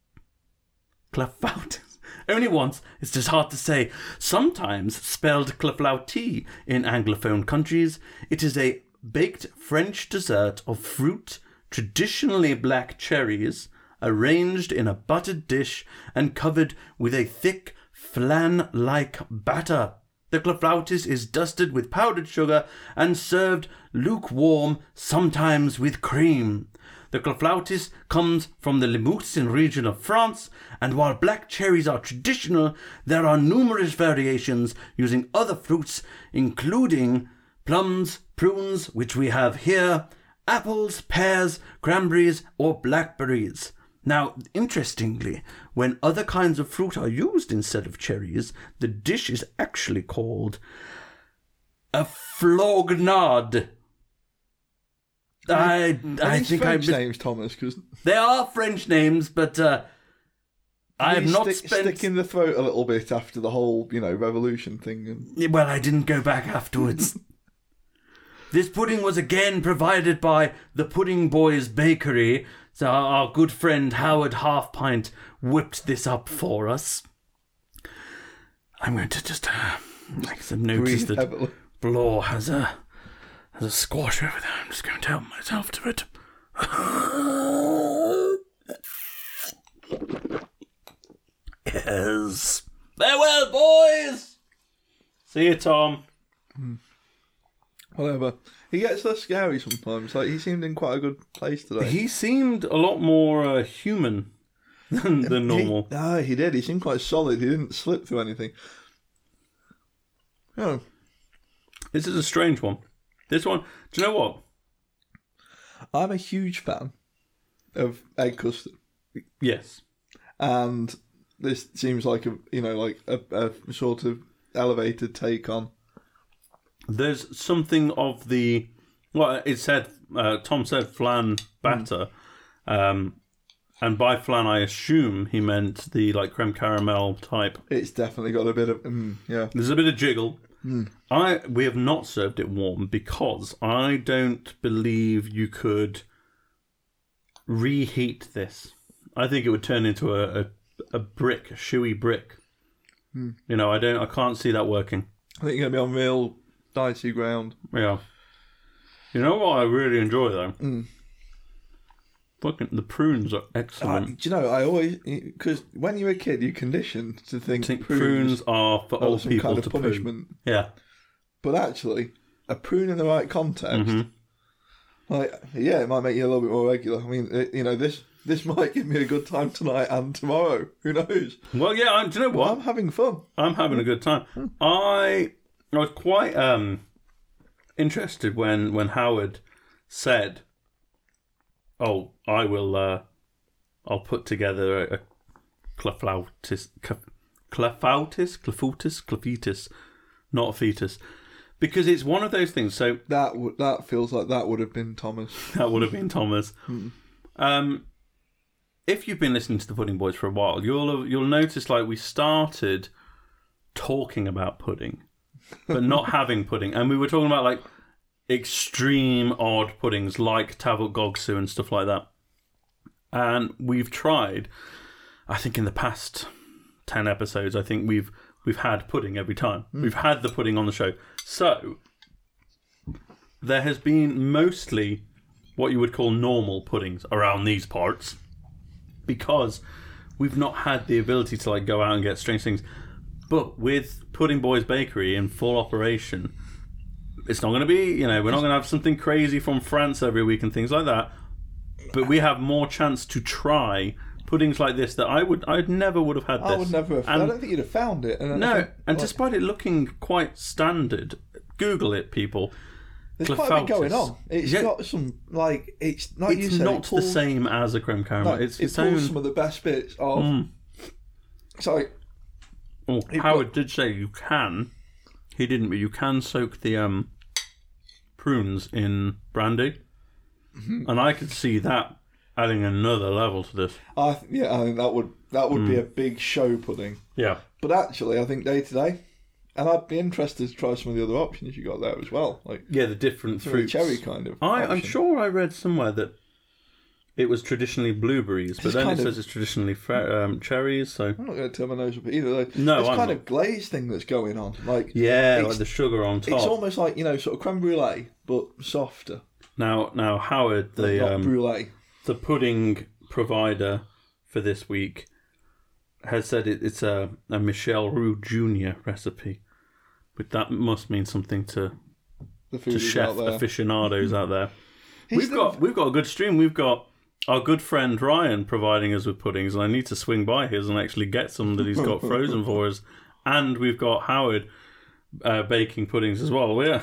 D: Clafoutis. Only once, it's just hard to say. Sometimes spelled clafoutis in Anglophone countries, it is a baked French dessert of fruit, traditionally black cherries, arranged in a buttered dish and covered with a thick flan like batter. The clafoutis is dusted with powdered sugar and served lukewarm, sometimes with cream. The clafoutis comes from the Limousin region of France, and while black cherries are traditional, there are numerous variations using other fruits, including plums, prunes, which we have here, apples, pears, cranberries, or blackberries. Now, interestingly, when other kinds of fruit are used instead of cherries, the dish is actually called a flognade. I,
B: Are
D: I
B: these
D: think I
B: French
D: mis-
B: names Thomas because
D: they are French names, but uh, I have not
B: stick,
D: spent.
B: stick in the throat a little bit after the whole you know revolution thing and
D: Yeah, Well, I didn't go back afterwards. this pudding was again provided by the Pudding Boys Bakery. So our our good friend Howard Halfpint whipped this up for us. I'm going to just uh, make some notice
B: breathe
D: that
B: heavily.
D: Blore has a has a squash over there. I'm just going to help myself to it. yes. Farewell, boys. See you, Tom.
B: Whatever. He gets less scary sometimes. Like he seemed in quite a good place today.
D: He seemed a lot more uh, human than, than normal.
B: He, no, Ah, he did. He seemed quite solid. He didn't slip through anything. Oh,
D: This is a strange one. This one, do you know what?
B: I'm a huge fan of egg custard,
D: Yes.
B: and this seems like a you know like a, a sort of elevated take on.
D: There's something of the well, it said uh, Tom said flan batter, um, and by flan I assume he meant the like creme caramel type.
B: It's definitely got a bit of mm, yeah.
D: There's a bit of jiggle. I we have not served it warm because I don't believe you could reheat this. I think it would turn into a a, a brick, a shoey brick. You know, I don't, I can't see that working.
B: I think you're gonna be on real dicey ground.
D: Yeah. You know what I really enjoy though.
B: Hmm.
D: Fucking the prunes are
B: I,
D: excellent.
B: do you know? I always because when you're a kid, you're conditioned to think,
D: I think
B: prunes,
D: prunes are for
B: are
D: old
B: some
D: people
B: kind of
D: to
B: punishment,
D: Poo. Yeah.
B: but actually, a prune in the right context,
D: Mm-hmm.
B: like yeah, it might make you a little bit more regular. I mean, it, you know, this this might give me a good time tonight and tomorrow. Who knows?
D: Well, yeah. I, do you know what?
B: I'm having fun.
D: I'm having a good time. I I was quite um interested when when Howard said, "Oh, I will. Uh, I'll put together a, a clefautis, clef- clefautis, clefautis, clefetus, not a fetus." Because it's one of those things. So
B: That w- that feels like that would have been Thomas.
D: that would have been Thomas. Um, if you've been listening to the Pudding Boys for a while, you'll have, you'll notice like we started talking about pudding, but not having pudding, and we were talking about like extreme odd puddings like Tavok Gogsu and stuff like that. And we've tried, I think in the past ten episodes, I think we've we've had pudding every time. We've had the pudding on the show, so there has been mostly what you would call normal puddings around these parts because we've not had the ability to like go out and get strange things but with pudding boys bakery in full operation it's not going to be you know we're not going to have something crazy from france every week and things like that but we have more chance to try puddings like this that i would i never would have had this
B: I would never have. I
D: And-
B: don't think you'd have found it. And I
D: no
B: think-
D: and
B: like,
D: despite it looking quite standard google it people
B: there's quite a bit going
D: Clefautis.
B: on. It's
D: Yeah.
B: got some like it's like you
D: it's
B: said, it
D: not the
B: pulls-
D: same as a creme caramel.
B: No,
D: it's Hmm.
B: it
D: its
B: pulls
D: own.
B: some of the best bits of. It's like
D: Oh, Howard did say you can. He didn't, but you can soak the um, prunes in brandy, and I could see that adding another level to this.
B: I th- yeah, I think that would that would be
D: Hmm.
B: a big show pudding.
D: Yeah,
B: But actually, I think day to day, and I'd be interested to try some of the other options you got there as well, like
D: yeah, the different
B: fruit
D: fruits.
B: cherry kind of.
D: I, I'm
B: option.
D: sure I read somewhere that it was traditionally blueberries, but
B: It's
D: then it
B: kind of-
D: says it's traditionally fre- um, cherries. So
B: I'm not going to turn my nose up at either. Though.
D: No,
B: it's
D: I'm
B: kind
D: not.
B: of glaze thing that's going on. Like
D: yeah,
B: It's-
D: like the sugar on top.
B: it's almost like you know, sort of creme brulee, but softer,
D: Now, now Howard,
B: but
D: the
B: not
D: um,
B: brulee.
D: the pudding provider for this week has said it, it's a, a Michelle Roux Jr. recipe, but that must mean something to,
B: The
D: to
B: food is
D: chef
B: out there.
D: aficionados out there.
B: He's
D: we've
B: the-
D: got we've got a good stream. We've got our good friend Ryan providing us with puddings, and I need to swing by his and actually get some that he's got frozen for us. And we've got Howard uh, baking puddings as well. Yeah,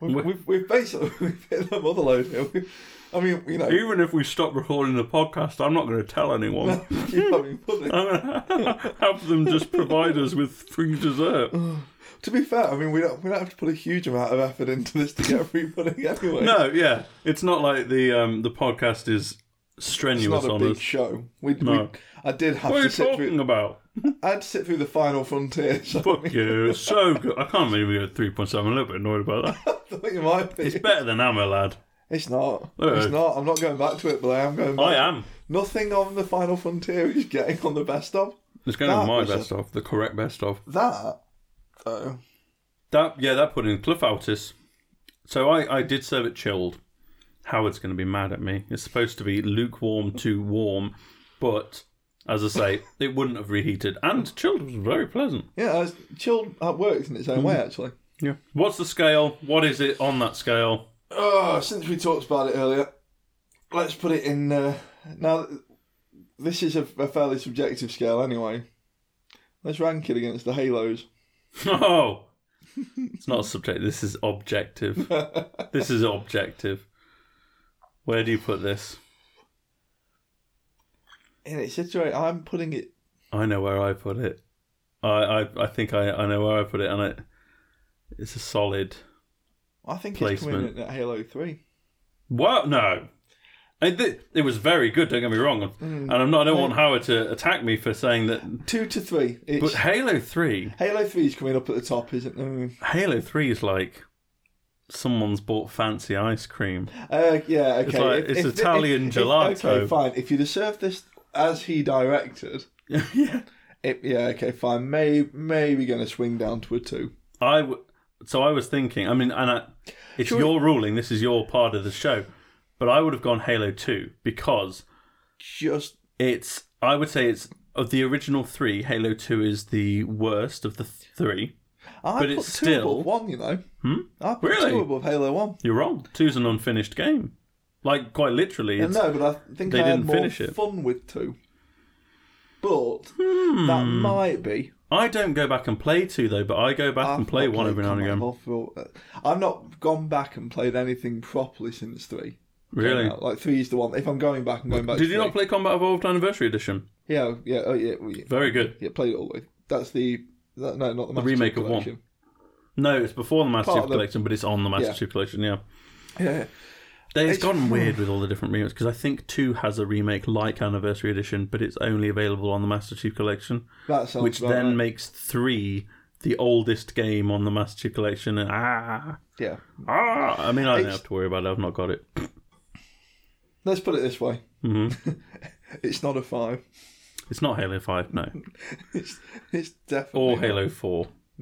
B: We've, we've, we've basically we've hit the mother load here. We- I mean, you know,
D: even if we stop recording the podcast, I'm not going to tell anyone.
B: you're having pudding.
D: Uh, have them just provide us with free dessert.
B: Oh. To be fair, I mean, we don't we don't have to put a huge amount of effort into this to get free pudding anyway.
D: No, yeah, it's not like the um, the podcast is
B: it's
D: strenuous
B: not a
D: on
B: big
D: us.
B: show. We,
D: No.
B: we I did have
D: What are
B: to
D: you
B: sit
D: talking
B: through.
D: about?
B: I had to sit through the final frontier. So I
D: Fuck you, so good. I can't believe we got three point seven. I'm a little bit annoyed about that.
B: thought you might be.
D: It's better than Ammo, lad.
B: It's not.
D: Uh,
B: It's not. I'm not going back to it, but I am going. Back.
D: I am.
B: Nothing on the final frontier is getting on the best of
D: It's going to
B: That
D: be my
B: was a-
D: best of, the correct best of.
B: that. Though
D: That yeah, that put in Cliffautis. So I I did serve it chilled. Howard's going to be mad at me. It's supposed to be lukewarm to warm, but as I say, it wouldn't have reheated. And chilled was very pleasant.
B: yeah, I was chilled. That worked in its
D: Mm.
B: own way, actually.
D: Yeah. What's the scale? What is it on that scale?
B: Oh, since we talked about it earlier, let's put it in. Uh, now, this is a, a fairly subjective scale, anyway. Let's rank it against the Halos.
D: Oh, It's not subjective. This is objective. this is objective. Where do you put this?
B: In its situation, I'm putting it.
D: I know where I put it. I I, I think I, I know where I put it, and it it's a solid.
B: I think it's
D: Placement.
B: coming in at Halo Three.
D: What? No. I thi- it was very good. Don't get me wrong,
B: Mm.
D: and I'm not. I don't want Howard to attack me for saying that.
B: Two to three. It's,
D: But Halo Three,
B: Halo Three is coming up at the top, isn't it?
D: Halo Three is like someone's bought fancy ice cream.
B: Uh, yeah, okay.
D: It's like- it's
B: thi-
D: Italian
B: if-
D: gelato.
B: okay, fine. If you'd have served this as he directed,
D: yeah.
B: it, yeah, okay, fine. May maybe going to swing down to a two.
D: I w- so I was thinking. I mean, and I, it's
B: Sure.
D: your ruling. This is your part of the show, but I would have gone Halo Two because
B: Just
D: it's. I would say it's of the original three. Halo Two is the worst of the three.
B: I
D: But
B: put
D: it's
B: two
D: still-
B: above one, you know.
D: Hmm?
B: I put
D: Really?
B: two above Halo One.
D: You're wrong. Two's an unfinished game. Like quite literally,
B: And
D: it's,
B: no, but I think
D: they
B: I had
D: didn't
B: more
D: finish it.
B: fun with two. But
D: Hmm.
B: that might be.
D: I don't go back and play two though, but I go back
B: I've
D: and play
B: not
D: one
B: played
D: every now and
B: Command
D: again.
B: Warfare. I've not gone back and played anything properly since three.
D: Really?
B: Now, Like three is the one. If I'm going back, I'm going back.
D: Did
B: to
D: you not
B: three.
D: play Combat Evolved Anniversary Edition?
B: Yeah, yeah, oh yeah, we,
D: Very good.
B: yeah. Played it all the way. That's the that, no, not the, Master
D: remake
B: Chief
D: of one.
B: Collection.
D: No, it's before the Master
B: Part
D: Chief
B: of the-
D: Collection, but it's on the Master
B: Yeah.
D: Chief Collection. Yeah.
B: Yeah,
D: They- It's
B: It's-
D: gotten weird with all the different remakes because I think two has a remake like Anniversary Edition, but it's only available on the Master Chief Collection,
B: that sounds
D: which
B: about
D: then
B: right.
D: makes three the oldest game on the Master Chief Collection. And ah,
B: yeah.
D: ah. I mean, I don't
B: It's-
D: have to worry about it. I've not got it.
B: Let's put it this way:
D: hmm
B: it's not a five.
D: It's not Halo Five, no,
B: It's it's definitely
D: or Halo Four.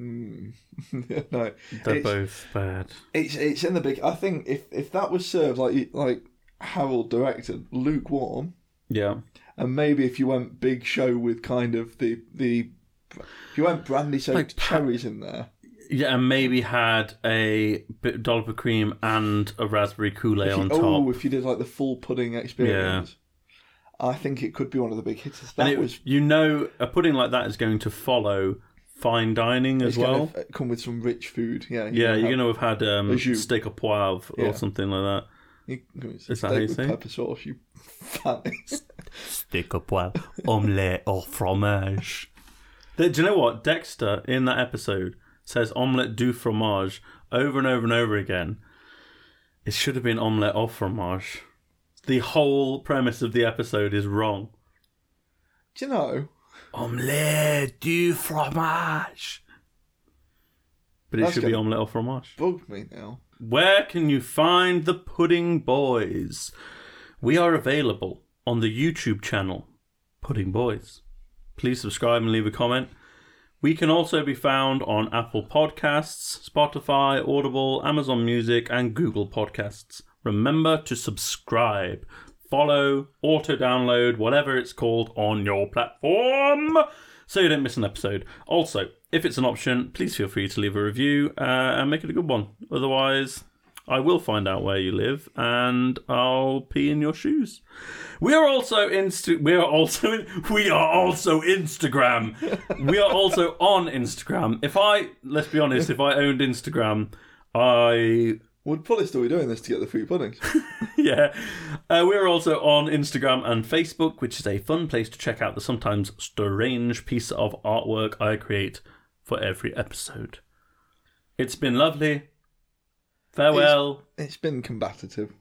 B: no.
D: They're
B: It's-
D: both bad.
B: It's it's in the big. I think if if that was served like you- like Harold directed, lukewarm,
D: Yeah,
B: and maybe if you went big show with kind of the the if you went brandy soaked
D: Like pa-
B: cherries in there.
D: yeah, and maybe had a bit dollop of cream and a raspberry Kool Aid
B: If you-
D: on top.
B: oh, if you did like the full pudding experience, I think it could be one of the big hitters. That
D: and it,
B: was
D: you know, a pudding like that is going to follow fine dining as
B: it's
D: well.
B: gonna f- come with some rich food. Yeah,
D: Yeah, you're gonna have had um,
B: a jus.
D: steak au poivre
B: Yeah.
D: or something like
B: Is
D: that how you say it?
B: pepper sauce? You fanny.
D: that. Steak au poivre, omelette au fromage. Do you know what Dexter in that episode says? Omelette du fromage over and over and over again. It should have been omelette au fromage. The whole premise of the episode is wrong.
B: Do you know?
D: Omelette du fromage. But it
B: That's
D: should be
B: good.
D: omelette au fromage.
B: Bugged me now.
D: Where can you find the Pudding Boys? We are available on the YouTube channel Pudding Boys. Please subscribe and leave a comment. We can also be found on Apple Podcasts, Spotify, Audible, Amazon Music, and Google Podcasts. Remember to subscribe, follow, auto download, whatever it's called on your platform so you don't miss an episode. Also, if it's an option, please feel free to leave a review uh, and make it a good one. Otherwise, I will find out where you live and I'll pee in your shoes. We are also insta- we are also we are also Instagram. we are also on Instagram. If I let's be honest, if I owned Instagram, I
B: Would probably still be doing this to get the free puddings.
D: yeah. Uh, we're also on Instagram and Facebook, which is a fun place to check out the sometimes strange piece of artwork I create for every episode. It's been lovely. Farewell.
B: it's been combative.